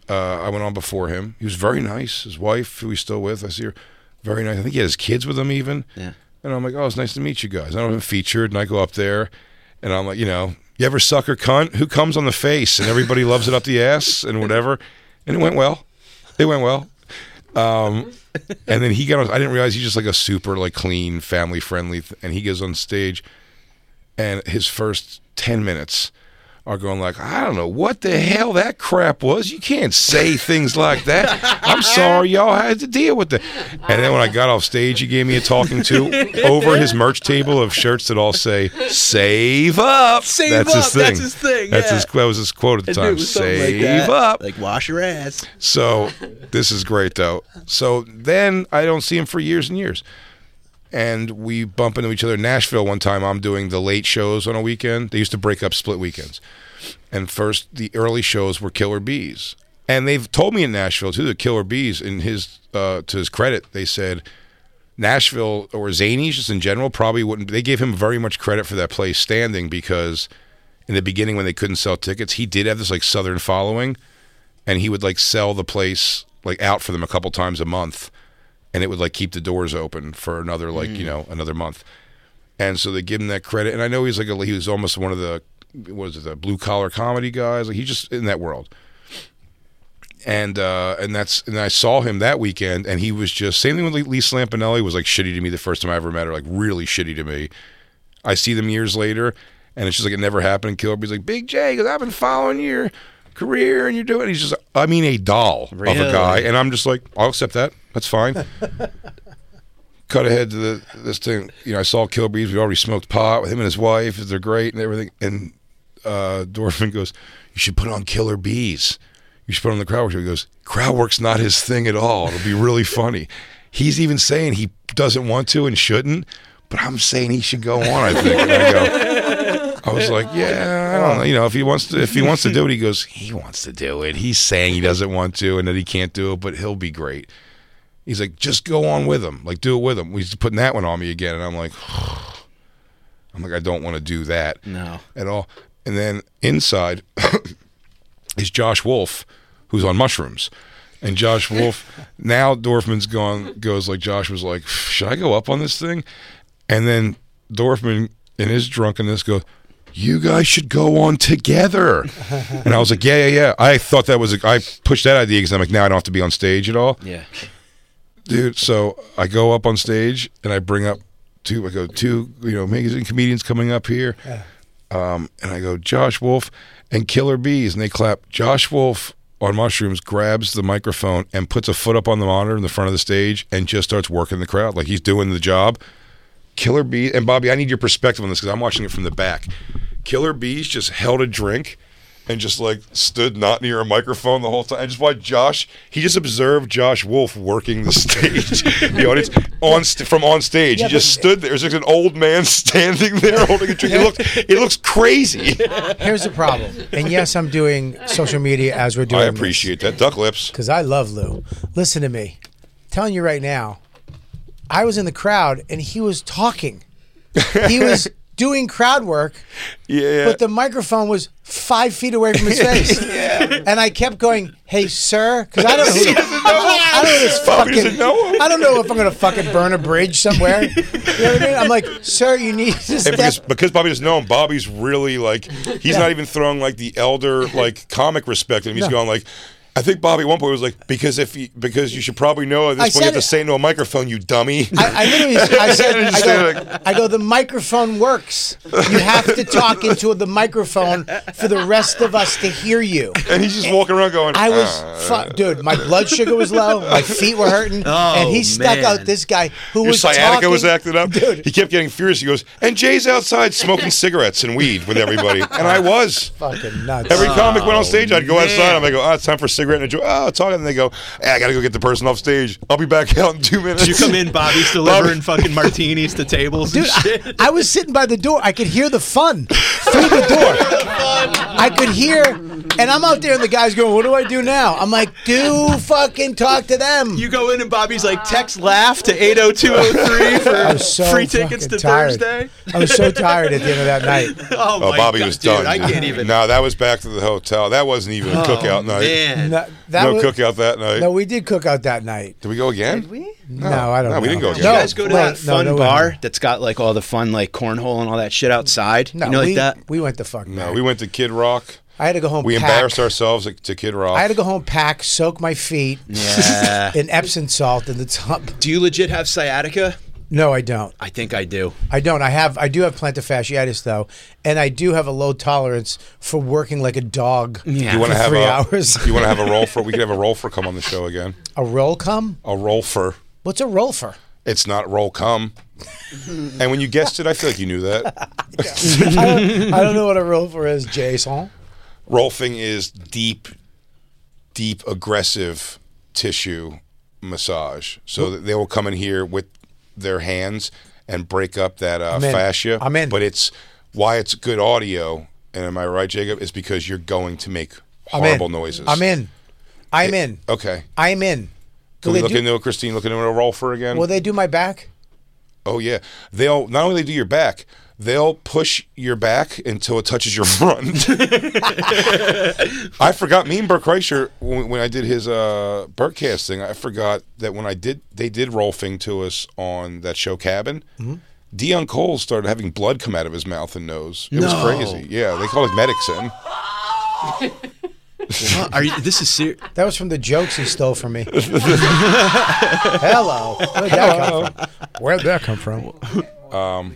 Speaker 2: Uh, I went on before him. He was very nice. His wife, who he's still with, I see her, very nice. I think he had his kids with him even.
Speaker 3: Yeah.
Speaker 2: And I'm like, oh, it's nice to meet you guys. I don't have featured, and I go up there, and I'm like, you know, you ever sucker cunt? Who comes on the face? And everybody loves it up the ass and whatever. And it went well. It went well. Um, and then he got on. I didn't realize he's just like a super like clean, family friendly. Th- and he goes on stage, and his first 10 minutes are going like i don't know what the hell that crap was you can't say things like that i'm sorry y'all had to deal with that and then when i got off stage he gave me a talking to over his merch table of shirts that all say save up
Speaker 3: Save
Speaker 2: that's
Speaker 3: up,
Speaker 2: his thing
Speaker 3: that's his thing,
Speaker 2: That's
Speaker 3: yeah.
Speaker 2: his- that was his quote at the
Speaker 3: I knew it
Speaker 2: time
Speaker 3: was something like
Speaker 2: save
Speaker 3: that.
Speaker 2: up
Speaker 3: Like wash your ass.
Speaker 2: so this is great though so then i don't see him for years and years and we bump into each other in Nashville one time. I'm doing the late shows on a weekend. They used to break up split weekends. And first, the early shows were Killer Bees. And they've told me in Nashville, too, the Killer Bees, in his, uh, to his credit, they said Nashville or Zanies just in general probably wouldn't. They gave him very much credit for that place standing because in the beginning when they couldn't sell tickets, he did have this like Southern following and he would like sell the place like out for them a couple times a month and it would like keep the doors open for another like you know another month and so they give him that credit and i know he's like a, he was almost one of the what is it the blue collar comedy guys like he's just in that world and uh and that's and i saw him that weekend and he was just same thing with like, lee slampanelli was like shitty to me the first time i ever met her like really shitty to me i see them years later and it's just like it never happened and killer bees like big j because i've been following your career and you're doing he's just i mean a doll of
Speaker 10: Really?
Speaker 2: a guy and i'm just like i'll accept that that's fine cut ahead to the, this thing. You know, I saw Kill Bees. We already smoked pot with him and his wife. They're great and everything. And uh, Dorfman goes, "You should put on Killer Bees. You should put on the crowd work." show." He goes, "Crowd work's not his thing at all. It'll be really funny." He's even saying he doesn't want to and shouldn't, but I'm saying he should go on. I think. And I, go, I was like, yeah, I don't know. You know, if he wants to, if he wants to do it, he goes. He wants to do it. He's saying he doesn't want to and that he can't do it, but he'll be great. He's like, just go on with him. Like, do it with him. He's putting that one on me again. And I'm like, I'm like, I don't want to do that. No. At all. And then inside is Josh Wolf, who's on mushrooms. And Josh Wolf, now Dorfman's gone, goes like, Josh was like, should I go up on this thing? And then Dorfman, in his drunkenness, goes, you guys should go on together. and I was like, yeah, yeah, yeah. I thought that was, a, I pushed that idea because I'm like, now I don't have to be on stage at all
Speaker 3: Yeah.
Speaker 2: dude. So I go up on stage and I bring up two. I go two, you know, magazine comedians coming up here, um, and I go Josh Wolf and Killer Bees, and they clap. Josh Wolf on mushrooms grabs the microphone and puts a foot up on the monitor in the front of the stage and just starts working the crowd like he's doing the job. Killer Bees and Bobby, I need your perspective on this because I'm watching it from the back. Killer Bees just held a drink and just like stood not near a microphone the whole time. I just watched Josh. He just observed Josh Wolf working the stage, the audience on st- from on stage. he just stood there. It was like an old man standing there holding a drink. It looked it looks crazy.
Speaker 1: Here's the problem. And yes, I'm doing social media as we're doing.
Speaker 2: I appreciate that. Duck lips.
Speaker 1: Because I love Lou. Listen to me. telling you right now, I was in the crowd and he was talking. He was doing crowd work,
Speaker 2: Yeah.
Speaker 1: but the microphone was five feet away from his face. And I kept going, hey, sir, because I don't know.
Speaker 6: He
Speaker 1: Who,
Speaker 6: doesn't know him.
Speaker 1: I don't know this
Speaker 6: Bobby doesn't
Speaker 1: fucking.
Speaker 6: know
Speaker 1: I don't know if I'm going to fucking burn a bridge somewhere. You know what I mean? I'm like, sir, you need to
Speaker 2: And
Speaker 1: step
Speaker 2: because, because Bobby doesn't know him, Bobby's really like he's not even throwing like the elder like comic respect in him. He's
Speaker 1: No.
Speaker 2: going like I think Bobby at one point was like because if you, because you should probably know at
Speaker 1: I
Speaker 2: this point you
Speaker 1: said
Speaker 2: have to
Speaker 1: it-
Speaker 2: say no to a microphone, you dummy.
Speaker 1: I literally, I said,
Speaker 2: And
Speaker 1: I
Speaker 2: just stand
Speaker 1: go, I go, the microphone works. You have to talk into the microphone for the rest of us to hear you.
Speaker 2: And he's just walking around going,
Speaker 1: I was, fu-
Speaker 2: "Ah."
Speaker 1: dude, my blood sugar was low, my feet were hurting,
Speaker 2: Oh,
Speaker 1: and he stuck
Speaker 2: man.
Speaker 1: out this guy who
Speaker 2: Your
Speaker 1: was
Speaker 2: sciatica
Speaker 1: talking.
Speaker 2: was acting up. He kept getting furious. He goes, and Jay's outside smoking cigarettes and weed with everybody. And I was.
Speaker 1: Fucking nuts. Uh,
Speaker 2: Every comic went on stage, I'd go
Speaker 1: man.
Speaker 2: outside. I'm like, oh, it's time for a cigarette and a joint. Oh, talking. And they go, "Eh, I got to go get the person off stage. I'll be back out in two minutes.
Speaker 3: You come in, Bobby's delivering fucking martinis to tables and
Speaker 1: Dude,
Speaker 3: shit.
Speaker 1: I, I was sitting by the door. I could hear the fun through the door. I could hear, and I'm out there, and the guy's going, "What do I do now?" I'm like, "Do fucking talk to them."
Speaker 3: You go in and Bobby's like text laugh to 80203
Speaker 1: I
Speaker 3: for
Speaker 1: was so
Speaker 3: free tickets
Speaker 1: fucking
Speaker 3: to
Speaker 1: tired.
Speaker 3: Thursday.
Speaker 1: I was so tired at the end of that night.
Speaker 3: Oh,
Speaker 2: Oh,
Speaker 3: my
Speaker 2: Bobby
Speaker 3: God,
Speaker 2: was
Speaker 3: dude,
Speaker 2: done.
Speaker 3: I
Speaker 2: dude.
Speaker 3: can't even.
Speaker 2: No, that was back to the hotel. That wasn't even a
Speaker 1: Oh,
Speaker 2: cookout night.
Speaker 1: man. No, that
Speaker 2: no
Speaker 1: was-
Speaker 2: cookout that night.
Speaker 1: No, we did cook out that night.
Speaker 2: Did we go again?
Speaker 1: No, I don't.
Speaker 2: No,
Speaker 1: know.
Speaker 2: we didn't go
Speaker 3: Did
Speaker 2: again.
Speaker 3: you guys go to
Speaker 1: No,
Speaker 3: that
Speaker 1: no,
Speaker 3: fun
Speaker 1: no, we
Speaker 3: bar
Speaker 1: haven't.
Speaker 3: that's got like all the fun like cornhole and all that shit outside?
Speaker 1: No,
Speaker 3: you know, like
Speaker 1: we,
Speaker 3: that.
Speaker 1: we went to fuck.
Speaker 2: No, we went to Kid Rock.
Speaker 1: I had to go home.
Speaker 2: We
Speaker 1: Oh, pack.
Speaker 2: embarrassed ourselves to Kid Rock.
Speaker 1: I had to go home, pack, soak my feet
Speaker 3: Yeah.
Speaker 1: in Epsom salt in the tub.
Speaker 3: Do you legit have sciatica?
Speaker 1: No, I don't.
Speaker 3: I think I do.
Speaker 1: I don't. I have. I do have plantar fasciitis though, and I do have a low tolerance for working like a dog.
Speaker 2: You
Speaker 1: for
Speaker 2: want to have
Speaker 1: three
Speaker 2: a,
Speaker 1: hours?
Speaker 2: You want to have a roll for? We could have a roll for come on the show again.
Speaker 1: a roll come?
Speaker 2: A roll for.
Speaker 1: What's a roll for?
Speaker 2: It's not roll come. and when you guessed it, I feel like you knew that.
Speaker 1: I, don't, I don't know what a roll for is, Jason.
Speaker 2: Rolfing is deep, deep aggressive tissue massage. So that they will come in here with their hands and break up that uh,
Speaker 1: I'm in.
Speaker 2: fascia.
Speaker 1: I'm in.
Speaker 2: But it's why it's good audio. And am I right, Jacob? Is because you're going to make
Speaker 1: I'm
Speaker 2: horrible
Speaker 1: in.
Speaker 2: noises.
Speaker 1: I'm in. I'm in.
Speaker 2: Okay.
Speaker 1: I'm in.
Speaker 2: Can
Speaker 1: Will
Speaker 2: we
Speaker 1: they
Speaker 2: look
Speaker 1: do-
Speaker 2: into it, Christine? Look into a Rolfer again.
Speaker 1: Will they do my back?
Speaker 2: Oh yeah, they'll not only do your back, they'll push your back until it touches your front. I forgot me and Burke Kreischer when, when I did his uh, Burkcast thing. I forgot that when I did, they did Rolfing to us on that show Cabin. Dion Cole started having blood come out of his mouth and nose. It
Speaker 3: No.
Speaker 2: was crazy. Yeah, they called it medics in.
Speaker 3: Are you, this is serious.
Speaker 1: That was from the jokes he stole from me. Hello. Where'd that come from? Where'd that come from?
Speaker 2: Um,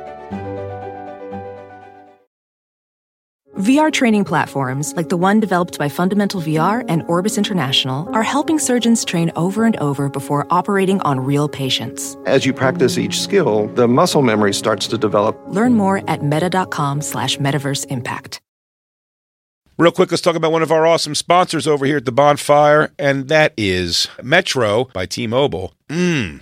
Speaker 10: VR training platforms, like the one developed by Fundamental VR and Orbis International, are helping surgeons train over and over before operating on real patients.
Speaker 11: As you practice each skill, the muscle memory starts to develop.
Speaker 10: Learn more at meta.com slash metaverse impact.
Speaker 2: Real quick, let's talk about one of our awesome sponsors over here at the bonfire, and that is Metro by T Mobile. Mmm.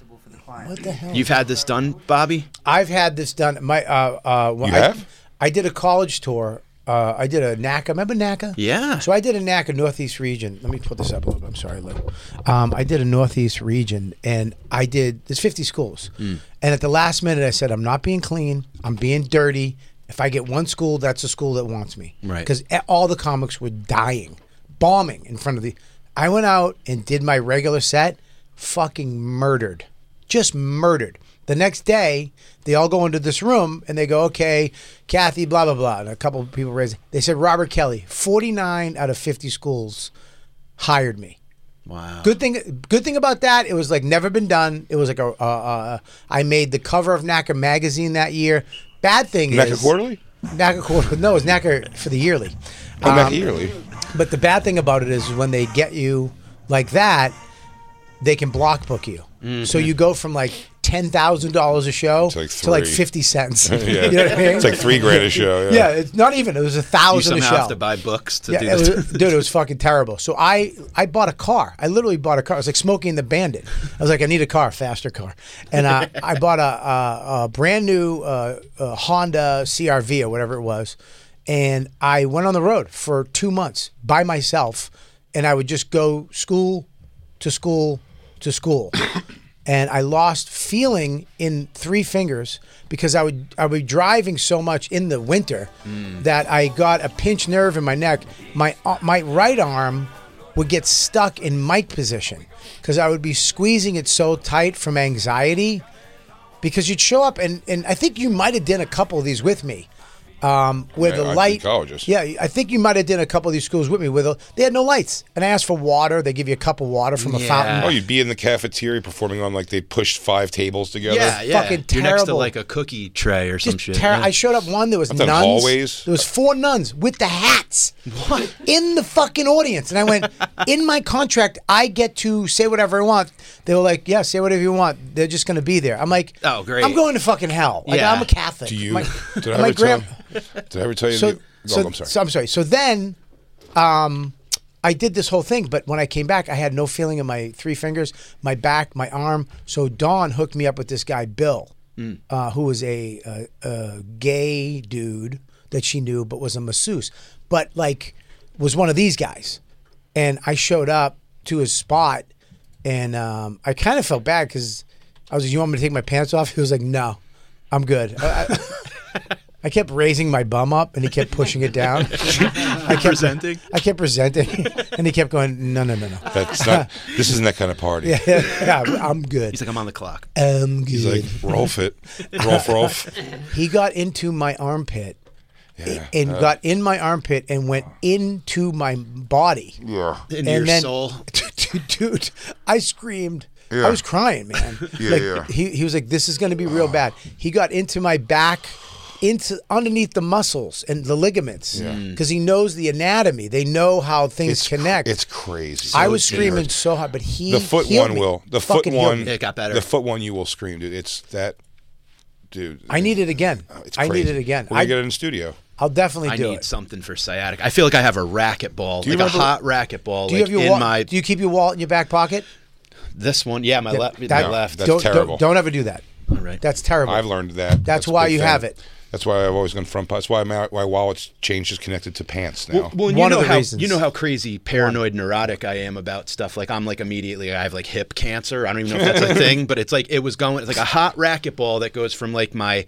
Speaker 1: What the hell?
Speaker 3: You've had this done, Bobby?
Speaker 1: I've had this done. My uh, uh, well,
Speaker 3: You
Speaker 1: I,
Speaker 3: have?
Speaker 1: I did a college tour. Uh, I did a NACA. Remember NACA?
Speaker 3: Yeah.
Speaker 1: So I did a NACA Northeast region. Let me put this up a little bit. I'm sorry, Lou. Um, I did a Northeast region, and I did there's 50 schools.
Speaker 3: Hmm.
Speaker 1: And at the last minute, I said, I'm not being clean. I'm being dirty. If I get one school, that's a school that wants me.
Speaker 3: Right.
Speaker 1: Because all the comics were dying, bombing in front of the. I went out and did my regular set, fucking murdered, just murdered. The next day, they all go into this room and they go, okay, Kathy, blah, blah, blah. And a couple of people raised, they said, Robert Kelly, 49 out of 50 schools hired me.
Speaker 3: Wow.
Speaker 1: Good thing, good thing about that, it was like never been done. It was like a, uh, uh, I made the cover of NACA magazine that year. Bad thing
Speaker 2: NACA
Speaker 1: is
Speaker 2: Quarterly?
Speaker 1: NACA quarterly. No, it's NACA for the yearly. Um,
Speaker 2: Oh, NACA yearly.
Speaker 1: But the bad thing about it is when they get you like that, they can block book you. So
Speaker 2: Mhm.
Speaker 1: you go from like ten thousand dollars a show to
Speaker 2: like
Speaker 1: like,
Speaker 2: three.
Speaker 1: fifty cents.
Speaker 2: Yeah.
Speaker 1: You know what I mean?
Speaker 2: It's like three grand a show, yeah.
Speaker 1: Yeah, it's not even. It was a thousand
Speaker 3: You
Speaker 1: a
Speaker 3: somehow
Speaker 1: show.
Speaker 3: have to buy books to do
Speaker 1: it
Speaker 3: this.
Speaker 1: was- dude, it was fucking terrible. So I, I bought a car. I literally bought a car. It was like smoking the bandit. I was like, I need a car, faster car, and uh, I bought a, a, a brand new uh, uh Honda CRV or whatever it was, and I went on the road for two months by myself, and I would just go school to school to school. And I lost feeling in three fingers because I would I would be driving so much in the winter
Speaker 3: Mm.
Speaker 2: Mm.
Speaker 1: that I got a pinched nerve in my neck. My uh, my right arm would get stuck in mic position because I would be squeezing it so tight from anxiety. Because you'd show up and and I think you might have done a couple of these with me, um, where
Speaker 2: Yeah,
Speaker 1: the
Speaker 2: I think
Speaker 1: light.
Speaker 2: colleges.
Speaker 1: Yeah, I think you might have done a couple of these schools with me where the, they had no lights, and I asked for water. They give you a cup of water from a fountain.
Speaker 2: Oh, you'd be in the cafeteria performing on like they pushed five tables together.
Speaker 3: Yeah, yeah.
Speaker 1: fucking
Speaker 3: You're next to
Speaker 1: terrible.
Speaker 3: like a cookie tray or some shit.
Speaker 1: Terror-
Speaker 3: yeah.
Speaker 1: I showed up one. There was
Speaker 3: I've
Speaker 1: nuns.
Speaker 3: done hallways.
Speaker 1: There was four nuns with the hats. What? In the fucking audience, and I went. in my contract, I get to say whatever I want. They were like, "Yeah, say whatever you want." They're just going to be there. I'm like,
Speaker 3: Oh, great.
Speaker 1: I'm going to fucking hell. Like
Speaker 3: Yeah.
Speaker 1: I'm a Catholic.
Speaker 2: Do you?
Speaker 1: My-
Speaker 2: did, I
Speaker 1: my
Speaker 2: ever
Speaker 1: grand-
Speaker 2: tell, did I ever tell you?
Speaker 1: so,
Speaker 2: the, oh,
Speaker 1: so,
Speaker 2: I'm sorry.
Speaker 1: so I'm sorry. So then, um, I did this whole thing, but when I came back, I had no feeling in my three fingers, my back, my arm. So Don hooked me up with this guy, Bill,
Speaker 2: Mm.
Speaker 1: uh, who was a, a, a gay dude that she knew, but was a masseuse, but like was one of these guys. And I showed up to his spot, and um, I kind of felt bad because I was like, "You want me to take my pants off?" He was like, "No, I'm good." I- I- I kept raising my bum up, and he kept pushing it down. I kept
Speaker 3: Presenting?
Speaker 1: I kept presenting, and he kept going, "No, no, no, no."
Speaker 2: That's not. this isn't that kind of party.
Speaker 1: yeah, yeah, I'm good.
Speaker 3: He's like, I'm on the clock.
Speaker 1: I'm good.
Speaker 2: He's like Rolf it, Rolf Rolf.
Speaker 1: he got into my armpit,
Speaker 2: Yeah,
Speaker 1: and
Speaker 2: uh,
Speaker 1: got in my armpit, and went into my body.
Speaker 2: Yeah.
Speaker 3: Into your soul.
Speaker 1: dude, dude, I screamed.
Speaker 2: Yeah.
Speaker 1: I was crying, man.
Speaker 2: Yeah,
Speaker 1: like,
Speaker 2: yeah.
Speaker 1: He, he was like, "This is going to be real bad." He got into my back, into underneath the muscles and the ligaments,
Speaker 2: Yeah. Mm.
Speaker 1: because he knows the anatomy. They know how things
Speaker 2: It's cr-
Speaker 1: connect.
Speaker 2: it's crazy.
Speaker 1: I
Speaker 2: So
Speaker 1: was
Speaker 2: it
Speaker 1: screaming
Speaker 2: hurts.
Speaker 1: so hard, but he
Speaker 2: the foot
Speaker 1: healed
Speaker 2: one
Speaker 1: me.
Speaker 2: will. The foot
Speaker 1: Fucking healed
Speaker 2: one.
Speaker 1: me.
Speaker 2: The foot one you will scream, dude. It's that, dude.
Speaker 1: I need it again.
Speaker 2: Oh, It's
Speaker 1: I
Speaker 2: crazy.
Speaker 1: need it again.
Speaker 2: We're gonna
Speaker 1: I,
Speaker 2: get it in the studio.
Speaker 1: I'll definitely
Speaker 3: I
Speaker 1: do
Speaker 3: need
Speaker 1: it.
Speaker 3: something for sciatic. I feel like I have a racket ball,
Speaker 1: Do you
Speaker 3: like a
Speaker 1: remember-
Speaker 3: hot racket ball,
Speaker 1: Do you
Speaker 3: like
Speaker 1: have your
Speaker 3: in
Speaker 1: wallet?
Speaker 3: my
Speaker 1: Do you keep your wallet in your back pocket?
Speaker 3: this one. Yeah, my
Speaker 1: Yeah,
Speaker 3: left.
Speaker 1: that-
Speaker 3: my left.
Speaker 1: don't- don't- Don't, ever do that. All
Speaker 3: right.
Speaker 1: That's terrible.
Speaker 2: I've learned that.
Speaker 1: That's
Speaker 2: a
Speaker 1: why
Speaker 2: big
Speaker 1: you
Speaker 2: thing.
Speaker 1: have it.
Speaker 2: That's why I've always gone front pockets. That's why my why wallets changed is connected to pants now.
Speaker 3: Well, well, and you know how, You know how crazy paranoid neurotic I am about stuff. Like I'm like immediately I have like hip cancer. I don't even know if that's a thing, but it's like it was going it's like a hot racquetball that goes from like my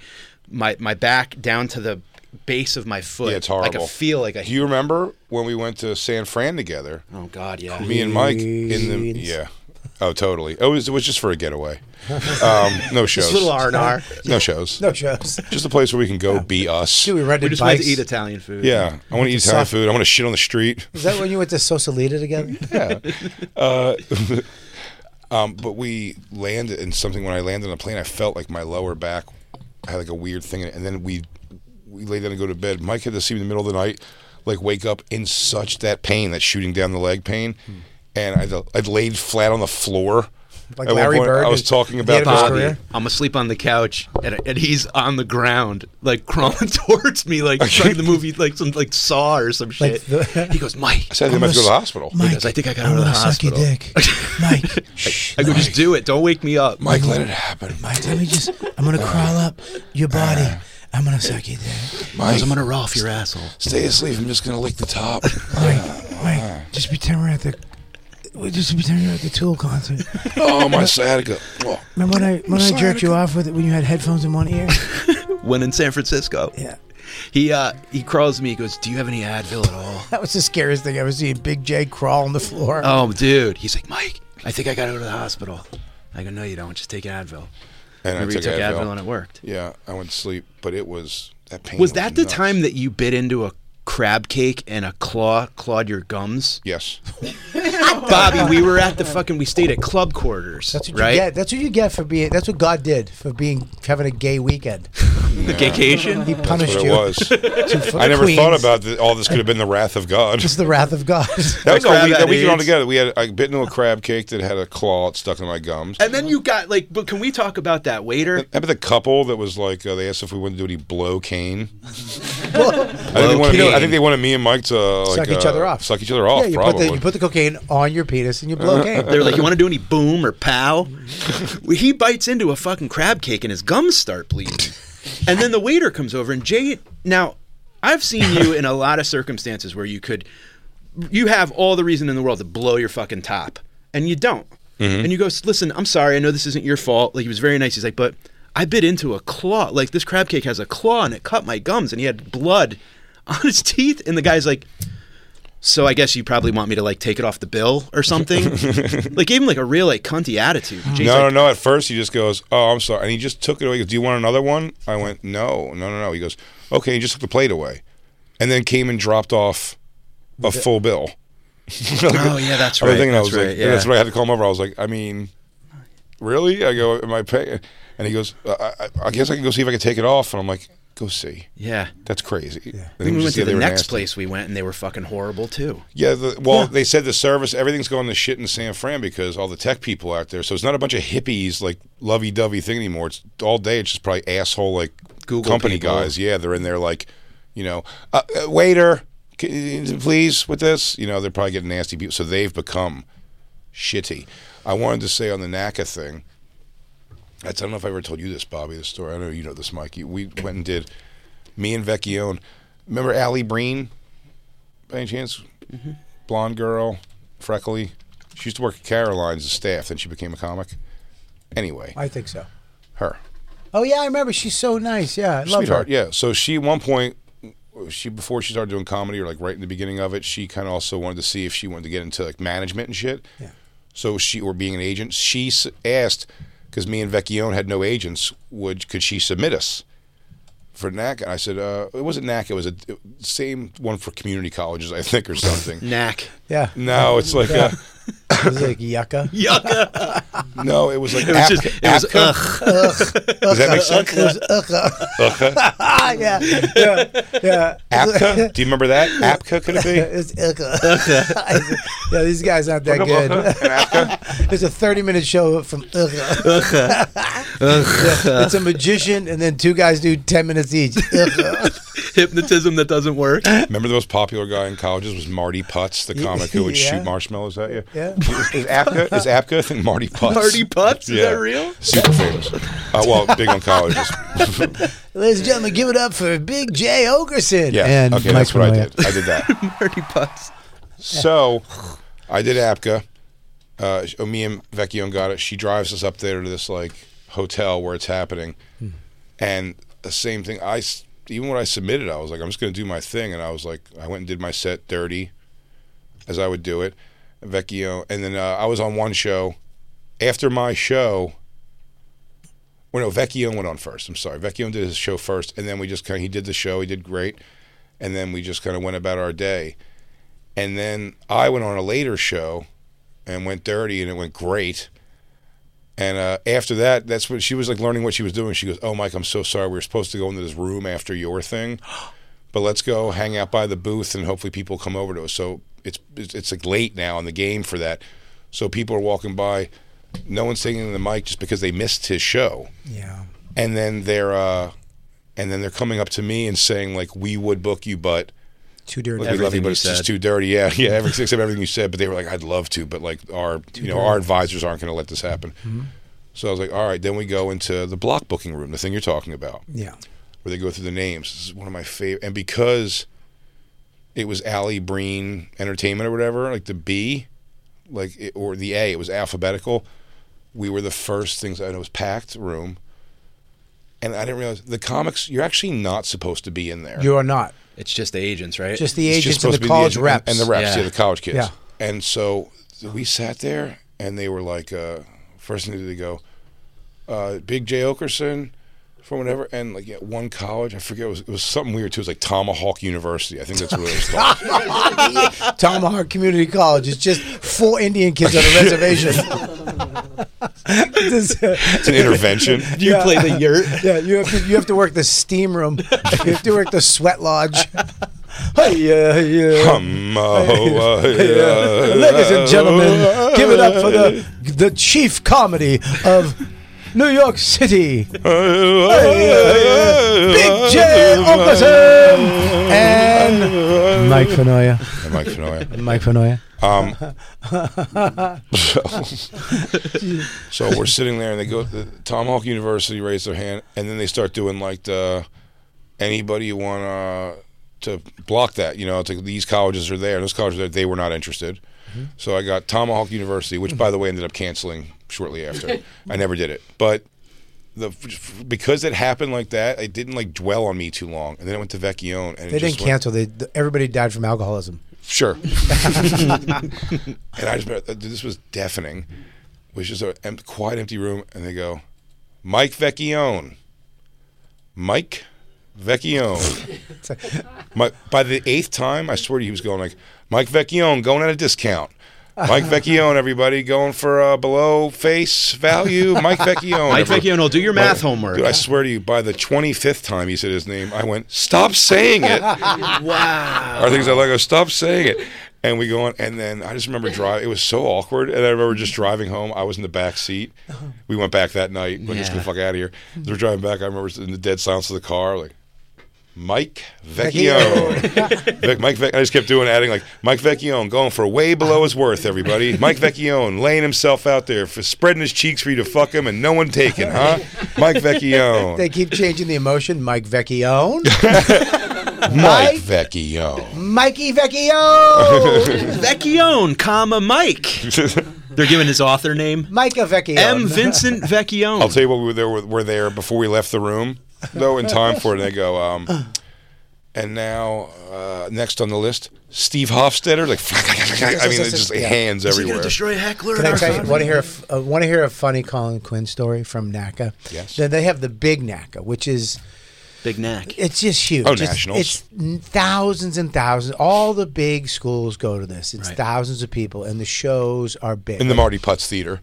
Speaker 3: my my back down to the base of my foot.
Speaker 2: Yeah, it's horrible.
Speaker 3: Like I feel like a
Speaker 2: Do you remember when we went to San Fran together?
Speaker 3: Oh God, yeah.
Speaker 2: Me and Mike in the
Speaker 3: Queens.
Speaker 2: yeah. Oh, totally. It was it was just for a getaway. Um, no shows.
Speaker 3: Just a little R&R.
Speaker 2: No shows.
Speaker 1: No shows.
Speaker 2: Just a place where we can go be us.
Speaker 1: Dude, we rented
Speaker 3: We just wanted to
Speaker 1: bikes.
Speaker 3: eat Italian food.
Speaker 2: Yeah, I want to eat
Speaker 1: Just
Speaker 2: Italian
Speaker 1: soft-
Speaker 2: food. I want to shit on the street.
Speaker 1: Is that when you went to Sausalita together?
Speaker 2: Yeah. Uh, um, but we landed in something. When I landed on a plane, I felt like my lower back had like a weird thing, in it. and then we we lay down and go to bed. Mike had to see me in the middle of the night, like wake up in such that pain, that shooting down the leg pain,
Speaker 3: Hmm.
Speaker 2: and I I laid flat on the floor.
Speaker 1: Like
Speaker 2: At one
Speaker 1: Larry
Speaker 2: point,
Speaker 1: Bird
Speaker 2: I was
Speaker 1: is-
Speaker 2: talking
Speaker 1: the
Speaker 2: about
Speaker 1: end of his
Speaker 2: that.
Speaker 1: career.
Speaker 3: I'm asleep on the couch, and, and he's on the ground, like crawling towards me, like like the movie, like some like Saw or some
Speaker 1: Like
Speaker 3: shit.
Speaker 1: the-
Speaker 3: he goes, Mike.
Speaker 2: I said I think I might go to the hospital.
Speaker 3: He goes, I think I got out of the
Speaker 1: wanna suck your
Speaker 3: hospital.
Speaker 1: dick. Mike, shh,
Speaker 3: I go, just do it. Don't wake me up,
Speaker 2: Mike, let it happen.
Speaker 1: Mike, let me just. I'm gonna crawl up your body. I'm gonna suck you there.
Speaker 2: Mike,
Speaker 3: I'm gonna roll off your asshole.
Speaker 2: stay asleep. I'm just gonna lick the top.
Speaker 1: Mike, just pretend we're at the. we Just pretend we're at the Tool concert.
Speaker 2: oh my sciatica. Oh.
Speaker 1: Remember when I when I jerked you off with it when you had headphones in one ear?
Speaker 3: When in San Francisco,
Speaker 1: Yeah.
Speaker 3: he uh he crawls to me. He goes, "Do you have any Advil at all?"
Speaker 1: That was the scariest thing I ever seen. Big J crawl on the floor.
Speaker 3: Oh, dude. He's like, Mike, I think I got out of the hospital. I go, No, you don't. Just take an Advil.
Speaker 2: And
Speaker 3: Remember,
Speaker 2: I
Speaker 3: you
Speaker 2: took,
Speaker 3: took
Speaker 2: Advil.
Speaker 3: Advil and it worked.
Speaker 2: Yeah, I went to sleep, but it was that pain.
Speaker 3: Was that the
Speaker 2: nuts.
Speaker 3: time that you bit into a crab cake and a claw clawed your gums?
Speaker 2: Yes.
Speaker 3: Bobby, we were at the fucking. We stayed at club quarters.
Speaker 1: That's what you
Speaker 3: right.
Speaker 1: get. That's what you get for being. That's what God did for being having a gay weekend.
Speaker 3: The gaycation.
Speaker 1: He punished
Speaker 2: That's
Speaker 1: you.
Speaker 2: what it was.
Speaker 1: fucking
Speaker 2: I never thought
Speaker 1: queens.
Speaker 2: about that. All this could have been the wrath of God.
Speaker 1: It's the wrath of God.
Speaker 2: That was
Speaker 3: The
Speaker 2: all
Speaker 3: crab
Speaker 2: we,
Speaker 3: at
Speaker 2: that weekend
Speaker 3: AIDS.
Speaker 2: all together. We had I bit into a crab cake that had a claw stuck in my gums.
Speaker 3: And then you got like, but can we talk about that waiter?
Speaker 2: I bet the couple that was like uh, they asked if we wanted to do any blow cane. I, think
Speaker 3: Blow
Speaker 2: they wanted, me- I
Speaker 3: cane.
Speaker 2: think they wanted me and Mike to uh, like,
Speaker 1: suck each
Speaker 2: uh,
Speaker 1: other off.
Speaker 2: Suck each other off.
Speaker 1: Yeah, you
Speaker 2: probably. Uh-huh.
Speaker 1: put the you put the cocaine on your penis and you blow cocaine.
Speaker 3: They're like, you want to do any boom or pow? Well, he bites into a fucking crab cake and his gums start bleeding. And then the waiter comes over and Jay. Now, I've seen you in a lot of circumstances where you could, you have all the reason in the world to blow your fucking top, and you don't. And you go, listen, I'm sorry. I know this isn't your fault. Like he was very nice. He's like, but I bit into a claw. Like this crab cake has a claw and it cut my gums, and he had blood on his teeth. And the guy's like. So I guess you probably want me to like take it off the bill or something. like gave him like a real like cunty attitude. Jay's
Speaker 2: no,
Speaker 3: like,
Speaker 2: no, no. At first, he just goes, "Oh, I'm sorry," and he just took it away. He goes, "Do you want another one?" I went, "No, no, no, no." He goes, "Okay," he just took the plate away, and then came and dropped off a
Speaker 3: The-
Speaker 2: full bill.
Speaker 3: Oh, yeah, that's
Speaker 2: I was
Speaker 3: right,
Speaker 2: thinking, I
Speaker 3: that's
Speaker 2: was like,
Speaker 3: right, yeah.
Speaker 2: that's right. I had to call him over. I was like, I mean, really? I go, am I paying? And he goes, I, I, I guess I can go see if I can take it off. And I'm like, go see.
Speaker 3: Yeah.
Speaker 2: that's crazy. Yeah.
Speaker 3: I think we went to the next place we went and they were fucking horrible too.
Speaker 2: Yeah, the, well, they said the service, everything's going to shit in San Fran because all the tech people out there. So it's not a bunch of hippies like lovey dovey thing anymore. It's all day. It's just probably asshole like
Speaker 3: Google
Speaker 2: company
Speaker 3: people.
Speaker 2: guys. Yeah, they're in there like, you know, uh, uh, waiter, c- please with this. You know, they're probably getting nasty people. So they've become shitty. I wanted to say on the NACA thing. That's, I don't know if I ever told you this, Bobby, this story. I know you know this, Mike. You- We went and did, me and Vecchione. Remember Allie Breen, by any chance? Blonde girl, freckly. She used to work at Caroline's as staff, then she became a comic. Anyway,
Speaker 1: I think so.
Speaker 2: her.
Speaker 1: Oh yeah, I remember. She's so nice. Yeah, I love her.
Speaker 2: Sweetheart, yeah. So she at one point, she before she started doing comedy or like right in the beginning of it, she kind of also wanted to see if she wanted to get into like management and shit. Yeah. So she or being an agent, she s- asked because me and Vecchione had no agents. Would could she submit us for NAC? And I said uh, it wasn't NAC. It was a it- same one for community colleges, I think, or something.
Speaker 3: Knack.
Speaker 1: Yeah.
Speaker 2: No, it's like
Speaker 1: Yeah.
Speaker 2: a.
Speaker 1: It's like yucca.
Speaker 3: Yucca.
Speaker 2: No, it was like
Speaker 1: It was
Speaker 2: ap-
Speaker 1: just- it was
Speaker 2: apca.
Speaker 1: ugh.
Speaker 2: Does that make
Speaker 1: Ugh.
Speaker 2: sense?
Speaker 1: It was ugh. yeah, yeah, yeah.
Speaker 2: Apca? Do you remember that? Apca could it be?
Speaker 1: It's Ilka. yeah, these guys aren't that
Speaker 2: Look up
Speaker 1: good. There's a 30 minute show from Ilka. Yeah, it's a magician, and then two guys do 10 minutes each. Ilka.
Speaker 3: Hypnotism that doesn't work.
Speaker 2: Remember the most popular guy in colleges was Marty Putz, the comic who would
Speaker 1: Yeah.
Speaker 2: shoot marshmallows at you.
Speaker 1: Yeah.
Speaker 2: Is Apka is Apka a thing? Marty Putz.
Speaker 1: Marty
Speaker 3: Putz? Is that real?
Speaker 2: Super famous. Uh, well, big on colleges.
Speaker 1: Ladies and gentlemen, give it up for Big Jay Ogerson.
Speaker 2: Yeah.
Speaker 1: and
Speaker 2: okay,
Speaker 1: Mike
Speaker 2: that's what I
Speaker 1: Manoia.
Speaker 2: did. I did that.
Speaker 3: Marty Putz.
Speaker 2: So I did Apka. Uh, sh- me and Vecchione got it. She drives us up there to this like hotel where it's happening, and the same thing. I s- even when I submitted, I was like, I'm just going to do my thing, and I was like, I went and did my set dirty, as I would do it, Vecchio, and then uh, I was on one show. After my show, well, no, Vecchio went on first. I'm sorry, Vecchio did his show first, and then we just kind of he did the show, he did great, and then we just kind of went about our day. And then I went on a later show and went dirty and it went great. And uh, after that, that's when she was like learning what she was doing. She goes, Oh, Mike, I'm so sorry. We were supposed to go into this room after your thing, but let's go hang out by the booth and hopefully people come over to us. So it's, it's, it's like late now in the game for that. So people are walking by. No one's taking the mic just because they missed his show.
Speaker 1: Yeah.
Speaker 2: And then they're, uh, and then they're coming up to me and saying like, "We would book you, but
Speaker 1: Too dirty.
Speaker 2: like, we love you,
Speaker 1: Everything
Speaker 2: but
Speaker 1: you
Speaker 2: it's just
Speaker 1: said.
Speaker 2: too dirty. Yeah, yeah. Every, except everything you said, but they were like, "I'd love to, but like our, you know,
Speaker 1: dirty.
Speaker 2: our advisors aren't going to let this happen."
Speaker 1: Mhm.
Speaker 2: So I was like, "All right." Then we go into the block booking room, the thing you're talking about,
Speaker 1: Yeah.
Speaker 2: where they go through the names. This is one of my favorite, and because it was Allie Breen Entertainment or whatever, like the B, like it, or the A, it was alphabetical. We were the first things, and it was packed room. And I didn't realize the comics. You're actually not supposed to be in there.
Speaker 1: You are not.
Speaker 3: It's just the agents, right?
Speaker 1: Just the
Speaker 2: It's
Speaker 1: agents
Speaker 2: just
Speaker 1: and
Speaker 2: supposed
Speaker 1: the
Speaker 2: to be
Speaker 1: college
Speaker 2: agent-
Speaker 1: reps.
Speaker 2: and the reps, yeah. the college kids.
Speaker 1: Yeah.
Speaker 2: And so we sat there, and they were like, uh, first thing they did, they go, uh, Big Jay Okerson from whatever, and like at one college, I forget it was, it was something weird too. It was like Tomahawk University. I think that's what it was called.
Speaker 1: Tomahawk Community College is just four Indian kids on a reservation. it's
Speaker 2: an intervention. Do you play the
Speaker 3: yurt?
Speaker 1: Yeah, you have to you have to work the steam room. You have to work the sweat lodge. Hey, yeah, yeah.
Speaker 2: Hum, uh, ho, uh,
Speaker 1: Yeah. Ladies and gentlemen, give it up for the the chief comedy of New York City. Hey, uh, Big J Okerson and Mike Fenoya.
Speaker 2: And Mike Fenoya.
Speaker 1: Mike Fenoya.
Speaker 2: Um, so, so we're sitting there, and they go. The, Tomahawk University raised their hand, and then they start doing like the anybody you want uh, to block that. You know, it's like these colleges are there, those colleges are there. They were not interested. So I got Tomahawk University, which by the way ended up canceling shortly after. I never did it, but the because it happened like that, it didn't like dwell on me too long. And then I went to Vecchione, and it
Speaker 1: They
Speaker 2: just
Speaker 1: didn't
Speaker 2: went-
Speaker 1: cancel. They, everybody died from alcoholism.
Speaker 2: Sure. and I just remember, this was deafening. It was just a em- quiet, empty room, and they go, Mike Vecchione. Mike Vecchione. My, by the eighth time, I swear to you, he was going like, Mike Vecchione going at a discount. Mike Vecchione, everybody, going for uh, below face value. Mike Vecchione.
Speaker 3: Mike Vecchione, do your math
Speaker 2: By-
Speaker 3: homework.
Speaker 2: Dude, I swear to you, by the 25th time he said his name, I went, stop saying it.
Speaker 3: wow.
Speaker 2: Our things I like, go, stop saying it. And we go on, and then I just remember driving. It was so awkward, and I remember just driving home. I was in the back seat. We went back that night. We're just
Speaker 3: Yeah.
Speaker 2: gonna fuck out of here. As we're driving back, I remember in the dead silence of the car, like Mike Vecchione. Vic, Mike, Vec- I just kept doing adding like Mike Vecchione going for way below his worth. Everybody, Mike Vecchione laying himself out there for spreading his cheeks for you to fuck him, and no one taking, huh? Mike Vecchione.
Speaker 1: They keep changing the emotion. Mike Vecchione.
Speaker 2: Mike Vecchione.
Speaker 1: Mikey Vecchio.
Speaker 3: Vecchione, comma Mike. They're giving his author name.
Speaker 1: Micah Vecchio.
Speaker 3: M. Vincent Vecchione.
Speaker 2: I'll tell you what we were there we're there before we left the room though in time for it. And they go, um, and now uh, next on the list, Steve Hofstetter. Like I mean, it's just like, hands everywhere.
Speaker 3: heckler?
Speaker 1: Can I tell you, want to hear a, f- uh, want to hear a funny Colin Quinn story from NACA?
Speaker 3: Yes.
Speaker 1: Then they have the Big NACA, which is
Speaker 3: Big Knack.
Speaker 1: it's just huge.
Speaker 2: Oh,
Speaker 1: it's,
Speaker 2: nationals.
Speaker 1: It's n- thousands and thousands. All the big schools go to this. It's thousands of people, and the shows are big.
Speaker 2: in the Marty Putz Theater.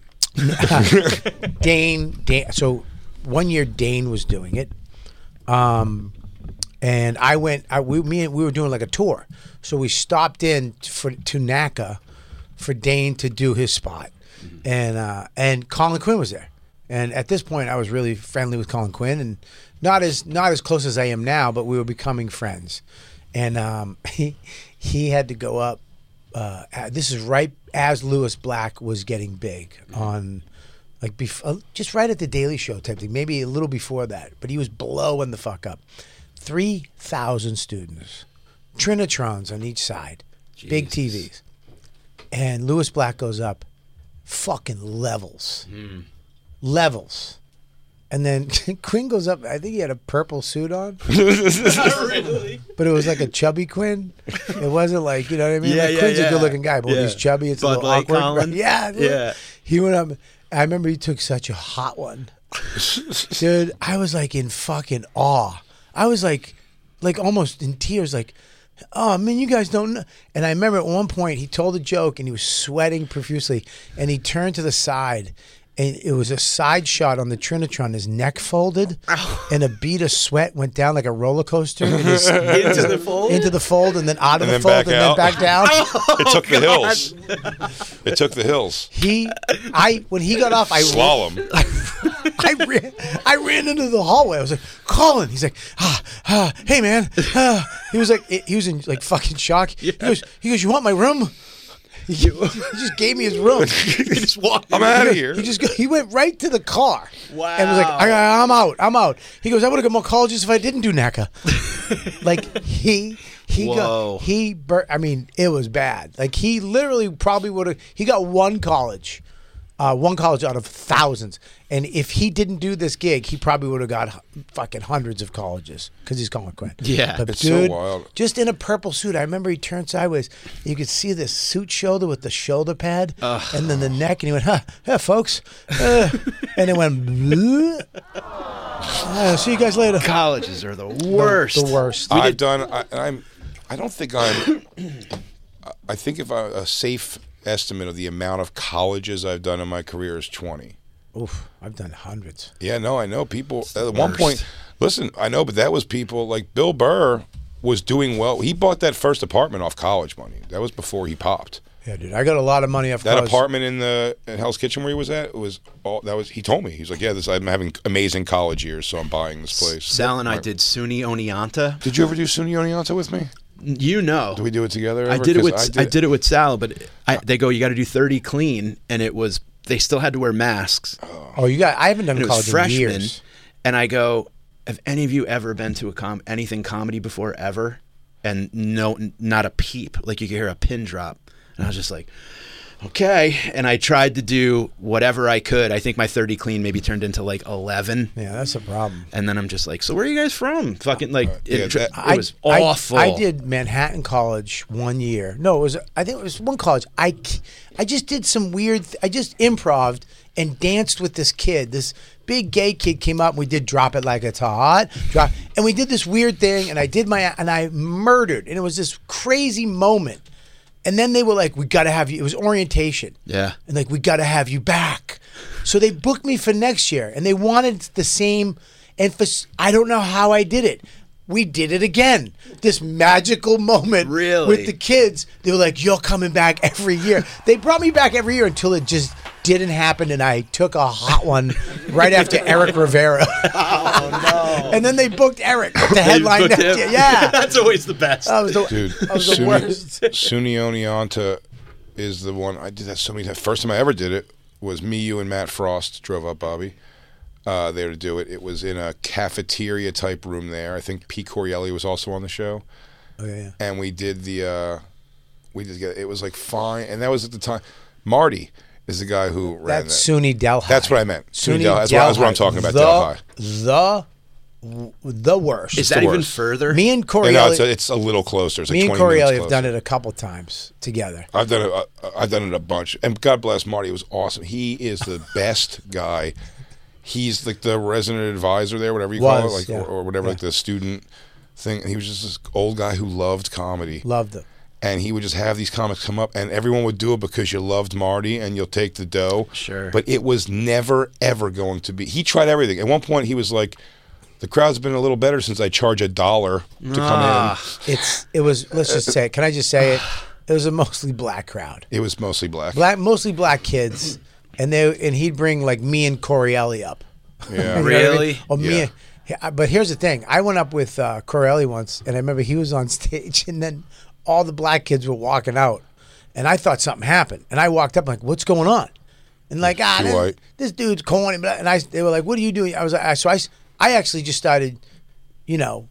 Speaker 1: Dane, Dane. So one year Dane was doing it, um, and I went. I, we me and we were doing like a tour, so we stopped in for to NACA for Dane to do his spot, and uh, and Colin Quinn was there. And at this point, I was really friendly with Colin Quinn, and not as not as close as I am now, but we were becoming friends. And um, he he had to go up. Uh, a- this is right as Lewis Black was getting big on like bef- uh, just right at the Daily Show type thing, maybe a little before that. But he was blowing the fuck up. Three thousand students, trinitrons on each side, big TVs, and Lewis Black goes up, fucking levels,
Speaker 3: Hmm.
Speaker 1: levels. And then Quinn goes up. I think he had a purple suit on, but it was like a chubby Quinn. It wasn't like you know what I mean.
Speaker 3: Yeah,
Speaker 1: like
Speaker 3: yeah,
Speaker 1: Quinn's
Speaker 3: yeah.
Speaker 1: a good-looking guy, but when
Speaker 3: Yeah.
Speaker 1: he's chubby, it's
Speaker 3: Bud
Speaker 1: a little
Speaker 3: Light
Speaker 1: awkward. right?
Speaker 3: Colin?
Speaker 1: Yeah,
Speaker 3: Yeah.
Speaker 1: He went up. I remember he took such a hot one, dude. I was like in fucking awe. I was like, like almost in tears. Like, oh man, you guys don't. know. And I remember at one point he told a joke and he was sweating profusely, and he turned to the side. And it was a side shot on the Trinitron. His neck folded, and a bead of sweat went down like a roller coaster. and his-
Speaker 3: Into the fold?
Speaker 1: into the fold, and then out of
Speaker 2: And
Speaker 1: the
Speaker 2: then
Speaker 1: fold,
Speaker 2: back
Speaker 1: and
Speaker 2: out.
Speaker 1: then back down.
Speaker 2: It took the
Speaker 1: Oh,
Speaker 2: hills. It took the hills.
Speaker 1: He, I, when he got off, I
Speaker 2: Slalom.
Speaker 1: I ran, I ran into the hallway. I was like, Colin. He's like, ah, ah, hey man. Ah. He was like, he was in like fucking shock. He goes, he goes, you want my room? He, he just gave me his room.
Speaker 3: just walked.
Speaker 2: I'm out of here.
Speaker 1: He just go, he went right to the car. Wow. And was like, I, I'm out. I'm out. He goes, I would have got more colleges if I didn't do NACA. like he he
Speaker 3: Whoa.
Speaker 1: got he bur- I mean, it was bad. Like he literally probably would have he got one college. Uh, one college out of thousands, and if he didn't do this gig, he probably would have got hu- fucking hundreds of colleges because he's Colin Quinn.
Speaker 3: Yeah.
Speaker 1: but
Speaker 2: It's so
Speaker 1: dude,
Speaker 2: wild.
Speaker 1: just in a purple suit. I remember he turned sideways. You could see this suit shoulder with the shoulder pad, and then the neck, and he went, "Huh, huh folks," uh, and it went. "Bleh." Uh, see you guys later.
Speaker 3: Colleges are the worst.
Speaker 1: The worst.
Speaker 2: I've done. I, and I'm. I don't think I'm. I- I think if I, a safe estimate of the amount of colleges I've done in my career is twenty.
Speaker 1: Oof, I've done hundreds.
Speaker 2: Yeah, no, I know people at one
Speaker 3: worst.
Speaker 2: point. Listen, I know, but that was people like Bill Burr was doing well. He bought that first apartment off college money. That was before he popped.
Speaker 1: Yeah, dude, I got a lot of money off
Speaker 2: That
Speaker 1: college.
Speaker 2: apartment in the in Hell's Kitchen where he was at was all that was. He told me he was like, "Yeah, this I'm having amazing college years, so I'm buying this place."
Speaker 3: Sal and I did Suni Oneonta.
Speaker 2: Did you ever do Suni Oneonta with me?
Speaker 3: You know.
Speaker 2: Did we do it together?
Speaker 3: I
Speaker 2: ever?
Speaker 3: did it
Speaker 2: 'Cause
Speaker 3: with I did, it with Sal, but I, they go, you got to do 30 clean, and it was they still had to wear masks.
Speaker 1: Oh, you got? I haven't done
Speaker 3: and it
Speaker 1: college
Speaker 3: was freshmen,
Speaker 1: in years.
Speaker 3: and I go, have any of you ever been to a com anything comedy before ever? And no, n- not a peep. Like you could hear a pin drop, and I was just like, okay. And I tried to do whatever I could. I think my 30 clean maybe turned into like 11.
Speaker 1: Yeah, that's a problem.
Speaker 3: And then I'm just like, so where are you guys from? Fucking
Speaker 1: Uh,
Speaker 3: like,
Speaker 2: yeah,
Speaker 3: it,
Speaker 2: that-
Speaker 3: it was awful.
Speaker 1: I, did Manhattan College one year. No, it was I think it was one college. I c- I just did some weird. th- I just improv and danced with this kid. This big gay kid came up. and We did drop it like it's hot. Drop, and we did this weird thing. And I did my and I murdered. And it was this crazy moment. And then they were like, "We got to have you." It was orientation.
Speaker 3: Yeah.
Speaker 1: and like we got to have you back. So they booked me for next year, and they wanted the same. And for s- I don't know how I did it. We did it again. This magical moment really? with the kids. They were like, "You're coming back every year." they brought me back every year until it just didn't happen, and I took a hot one right after Eric Rivera. oh no! And then they booked Eric, the headline.
Speaker 3: booked
Speaker 1: next
Speaker 3: him.
Speaker 1: year. Yeah, Um,
Speaker 3: That's always the best.
Speaker 1: That was the-
Speaker 2: Dude,
Speaker 1: that was the
Speaker 2: Suni-
Speaker 1: worst.
Speaker 2: Suni Oneonta is the one I did that so many times. First time I ever did it was me, you, and Matt Frost drove up Bobby uh, there to do it. It was in a cafeteria type room there. I think Pete Corielli was also on the show.
Speaker 1: Oh, yeah, yeah.
Speaker 2: And we did the uh, we did get it was like fine, and that was at the time. Marty is the guy who ran
Speaker 1: That's
Speaker 2: that.
Speaker 1: SUNY Delhi.
Speaker 2: That's what I meant. SUNY,
Speaker 1: SUNY
Speaker 2: Delhi. That's, what, that's what I'm
Speaker 1: Delhi.
Speaker 2: talking about.
Speaker 1: The-
Speaker 2: Delhi.
Speaker 1: The w- the worst.
Speaker 2: Is It's that the even worst.
Speaker 3: further?
Speaker 1: Me and
Speaker 2: No,
Speaker 1: Corey.
Speaker 2: no, uh, it's a, it's a little closer. It's like
Speaker 1: me and
Speaker 2: 20 minutes
Speaker 1: Corelli have
Speaker 2: closer.
Speaker 1: done it a couple times together.
Speaker 2: I've done it. uh, I've done it a bunch, and God bless Marty. It was awesome. He is the best guy. He's like the resident advisor there, whatever you call it,
Speaker 1: Was,
Speaker 2: like
Speaker 1: yeah.
Speaker 2: or, or whatever, like the student thing. He was just this old guy who loved comedy,
Speaker 1: Loved it.
Speaker 2: and he would just have these comics come up, and everyone would do it because you loved Marty, and you'll take the dough. Sure, but it was never ever going to be. He tried everything. At one point, he was like. The crowd's been a little better since I charge a dollar to come
Speaker 1: Ah. It's it was. Let's just say. it. Can I just say it? It was a mostly black crowd.
Speaker 2: in. It was mostly black.
Speaker 1: Black, mostly black kids, and they and he'd bring like me and Corelli up.
Speaker 2: Yeah.
Speaker 1: You know what I mean?
Speaker 2: Really?
Speaker 1: Or me.
Speaker 2: Yeah.
Speaker 1: and- yeah, But here's the thing: I went up with uh, Corelli once, and I remember he was on stage, and then all the black kids were walking out, and I thought something happened, and I walked up like, "What's going on?" And like, ah,
Speaker 2: Too
Speaker 1: this,
Speaker 2: white.
Speaker 1: this dude's corny. Blah. And I, they were like, "What are you doing?" I was, I, so I, s- I actually just started, you know,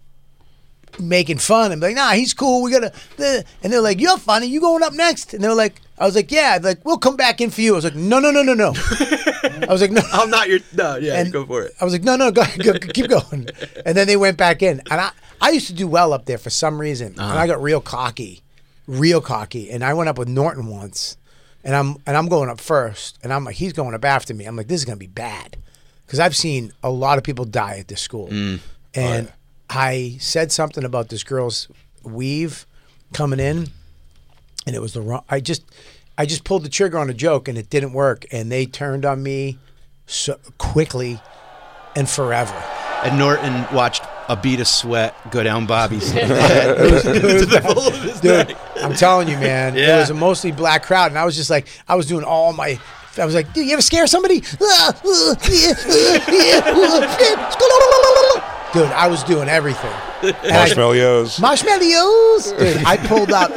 Speaker 1: making fun and be like, nah, he's cool. We gotta. bleh." And they're like, you're funny. You going up next? And they're like, I was like, yeah. They're like, we'll come back in for you. I was like, no, no, no, no, no. I was like, no.
Speaker 3: I'm not your. No, yeah,
Speaker 1: And-
Speaker 3: go for it.
Speaker 1: I was like, no, no, go, go keep going. And then they went back in, and I, I used to do well up there for some reason,
Speaker 3: Uh-huh.
Speaker 1: and I got real cocky, real cocky. And I went up with Norton once, and I'm and I'm going up first, and I'm like, he's going up after me. I'm like, this is gonna be bad, because I've seen a lot of people die at this school. And I said something about this girl's weave coming in, and it was the wrong. I just, I just pulled the trigger on a joke, and it didn't work. And they turned on me so quickly and forever.
Speaker 3: And Norton watched a bead of sweat go down Bobby's head.
Speaker 1: It was- it was
Speaker 3: To the
Speaker 1: bad.
Speaker 3: bowl of his
Speaker 1: Dude,
Speaker 3: neck.
Speaker 1: I'm telling you, man, it
Speaker 3: Yeah.
Speaker 1: was a mostly black crowd, and I was just like, I was doing all my. I was like, dude, you ever scare somebody? Ah, uh, yeah, uh, yeah, uh, yeah. Dude, I was doing everything. And I-
Speaker 2: Marshmallows.
Speaker 1: Marshmallows. Dude, I pulled up.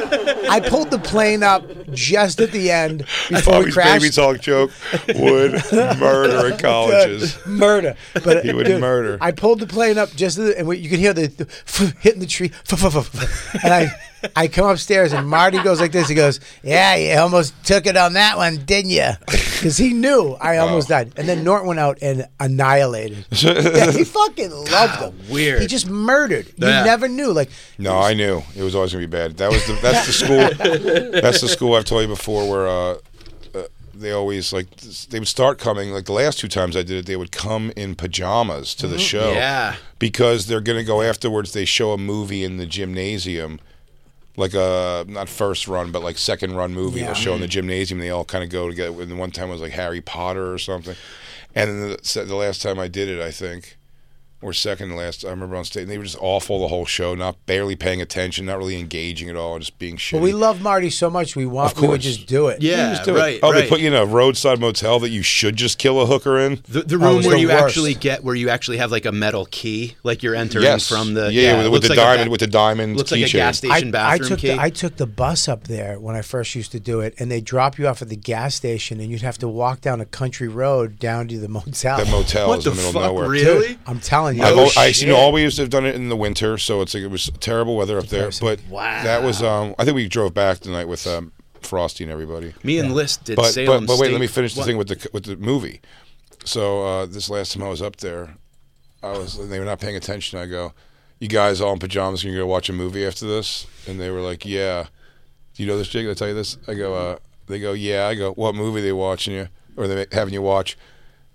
Speaker 1: I pulled the plane up just at the end before we
Speaker 2: Bobby's baby
Speaker 1: crashed.
Speaker 2: talk joke would murder at colleges.
Speaker 1: Dude, murder. But
Speaker 2: He would
Speaker 1: dude,
Speaker 2: murder.
Speaker 1: I pulled the plane up just as- and we- you could hear the, the f- hitting the tree, f- f- f- f- and I I come upstairs and Marty goes like this. He goes, "Yeah, you almost took it on that one, didn't you?" Because he knew I almost died. And then Norton went out and annihilated. yeah, he fucking loved him.
Speaker 2: weird.
Speaker 1: He just murdered.
Speaker 2: Yeah.
Speaker 1: You never knew. Like
Speaker 2: No, I knew it was always gonna be bad. That was the that's the school. That's the school I've told you before where uh, uh, they always like they would start coming. Like the last two times I did it, they would come in pajamas to the
Speaker 3: Mhm.
Speaker 2: show.
Speaker 3: Yeah.
Speaker 2: because they're gonna go afterwards. They show a movie in the gymnasium. Like a not first run, but like second run movie
Speaker 3: Yeah.
Speaker 2: they'll show in the gymnasium. They all kind of go together. And the one time was like Harry Potter or something. And then the, so the last time I did it, I think, or second to last, I remember on stage, and they were just awful the whole show, not barely paying attention, not really engaging at all, just being shitty.
Speaker 1: But we love Marty so much, we want we would just do it.
Speaker 2: You just do it. Oh, they put you in a roadside motel that you should just kill a hooker in.
Speaker 3: The, the room where you actually get where you actually have like a metal key, like you're entering
Speaker 2: Yes.
Speaker 3: from the
Speaker 2: Yeah, with- with
Speaker 3: looks
Speaker 2: the
Speaker 3: a
Speaker 2: diamond-
Speaker 3: ba-
Speaker 2: with the diamond
Speaker 3: Looks like a
Speaker 2: keychain.
Speaker 3: gas station
Speaker 1: I
Speaker 3: bathroom
Speaker 1: took
Speaker 3: key.
Speaker 1: The, I took the bus up there when I first used to do it, and they drop you off at the gas station, and you'd have to walk down a country road down to the motel.
Speaker 2: That motel What is in the the middle of fuck, nowhere. really?
Speaker 1: Dude, I'm telling you,
Speaker 2: I've al- I you know always have done it in the winter, so it's like it was terrible weather up there. But that was um, I think we drove back tonight with um, Frosty and everybody.
Speaker 3: Me and Yeah. List did
Speaker 2: But
Speaker 3: Salem
Speaker 2: but, but wait,
Speaker 3: State-
Speaker 2: let me finish the
Speaker 3: What?
Speaker 2: thing with the with the movie. So uh, this last time I was up there, I was and they were not paying attention. I go, "You guys all in pajamas? Can you go watch a movie after this?" And they were like, "Yeah." Do you know this, Jake? Did I tell you this? I go. Uh, they go, "Yeah." I go, "What movie they watching you or they having you watch?"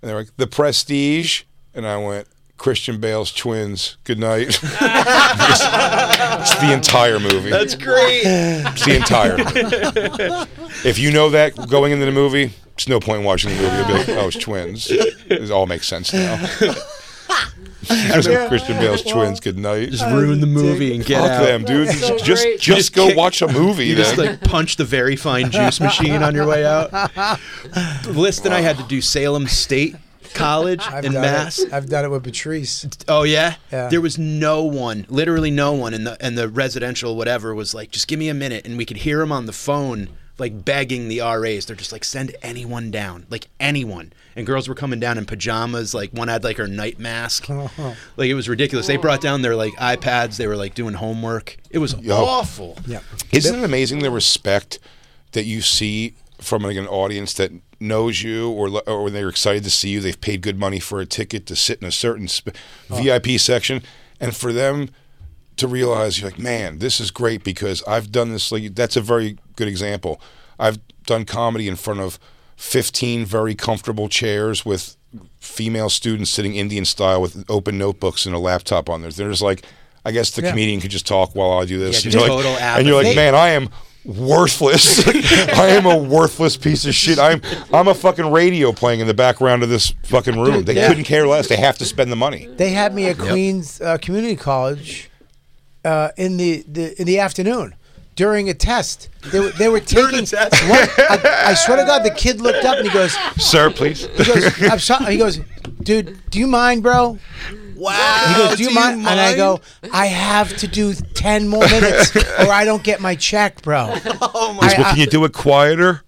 Speaker 2: And they're like, "The Prestige." And I went, "Christian Bale's Twins." Good night. Just- just the entire movie.
Speaker 3: That's great.
Speaker 2: It's the entire. if you know that going into the movie, it's no point in watching the movie. You'll be like, oh, it's twins. It all makes sense now. Christian Bale's twins. Good night.
Speaker 3: Just ruin the movie and get
Speaker 2: Fuck
Speaker 3: out.
Speaker 2: them, dude.
Speaker 3: That's so
Speaker 2: just just,
Speaker 3: great.
Speaker 2: just
Speaker 3: Just
Speaker 2: go
Speaker 3: kick-
Speaker 2: watch a movie.
Speaker 3: You
Speaker 2: then.
Speaker 3: just like punch the very fine juice machine on your way out. List and I had to do Salem State College
Speaker 1: I've
Speaker 3: in
Speaker 1: done
Speaker 3: Mass.
Speaker 1: It. I've done it with Patrice.
Speaker 3: Oh yeah?
Speaker 1: Yeah.
Speaker 3: There was no one, literally no one, and the and the residential whatever was like, just give me a minute, and we could hear him on the phone like begging the RAs. They're just like, send anyone down, like anyone. And girls were coming down in pajamas, like one had like her night mask. Like it was ridiculous. They brought down their like iPads. They were like doing homework. It was
Speaker 2: Yo.
Speaker 3: awful.
Speaker 1: Yeah.
Speaker 2: Isn't it amazing the respect that you see from like an audience that knows you, or lo- or when they're excited to see you, they've paid good money for a ticket to sit in a certain sp- VIP section, and for them to realize you're like, man, this is great because I've done this. Like that's a very good example. I've done comedy in front of 15 very comfortable chairs with female students sitting Indian style with open notebooks and a laptop on there. They're just like, I guess the
Speaker 1: Yeah.
Speaker 2: comedian could just talk while I do this.
Speaker 3: Yeah,
Speaker 2: And
Speaker 3: just
Speaker 2: you're like-
Speaker 3: total
Speaker 2: and you're like,
Speaker 3: apathy.
Speaker 2: man, I am worthless. I am a worthless piece of shit. I'm I'm a fucking radio playing in the background of this fucking room. They
Speaker 1: Yeah.
Speaker 2: couldn't care less. They have to spend the money.
Speaker 1: They had me at
Speaker 2: Yep.
Speaker 1: Queens uh, Community College uh, in the, the in the afternoon during a test. They were, they were taking. One, I, I swear to God, the kid looked up and he goes,
Speaker 2: Sir, please.
Speaker 1: he goes, I'm sorry. He goes, dude, do you mind, bro? Wow. He goes, do you, mind? And I go, I have to do ten more minutes, or I don't get my check, bro. Oh
Speaker 2: Is- well, can you do it quieter?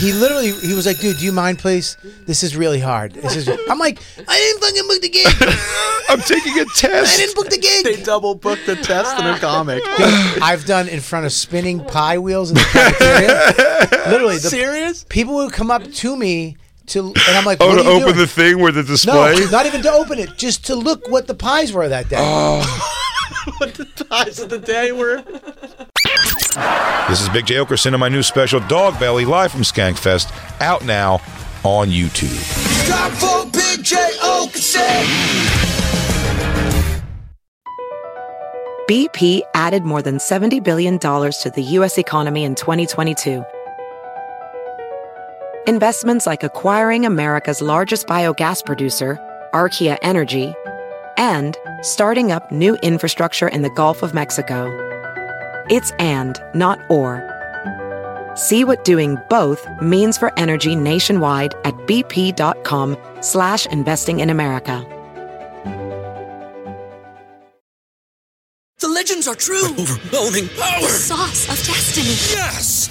Speaker 1: he literally he was like, dude, do you mind, please? This is really hard. This is. I'm like, I didn't fucking book the gig.
Speaker 2: I'm taking a
Speaker 1: I didn't
Speaker 2: test.
Speaker 1: book the gig.
Speaker 3: They double booked the test and a comic.
Speaker 1: I've done in front of spinning pie wheels in the cafeteria. Literally, the
Speaker 3: serious
Speaker 1: people would come up to me to, and I'm like,
Speaker 2: Oh,
Speaker 1: what
Speaker 2: to
Speaker 1: are you
Speaker 2: open
Speaker 1: doing?
Speaker 2: the thing with the
Speaker 1: No,
Speaker 2: display.
Speaker 1: not even to open it, just to look what the pies were that
Speaker 2: Oh.
Speaker 1: day.
Speaker 3: Eyes of the day were.
Speaker 2: This is Big J Okerson and my new special, Dog Belly, live from Skankfest, out now on YouTube.
Speaker 6: Drop for Big J Okerson.
Speaker 12: BP added more than $70 billion to the U.S. economy in 2022. Investments like acquiring America's largest biogas producer, Archaea Energy, and starting up new infrastructure in the Gulf of Mexico. It's and, not or. See what doing both means for energy nationwide at bp.com slash investing in America.
Speaker 13: The legends are true.
Speaker 14: Overwhelming power!
Speaker 13: The sauce of destiny.
Speaker 14: Yes!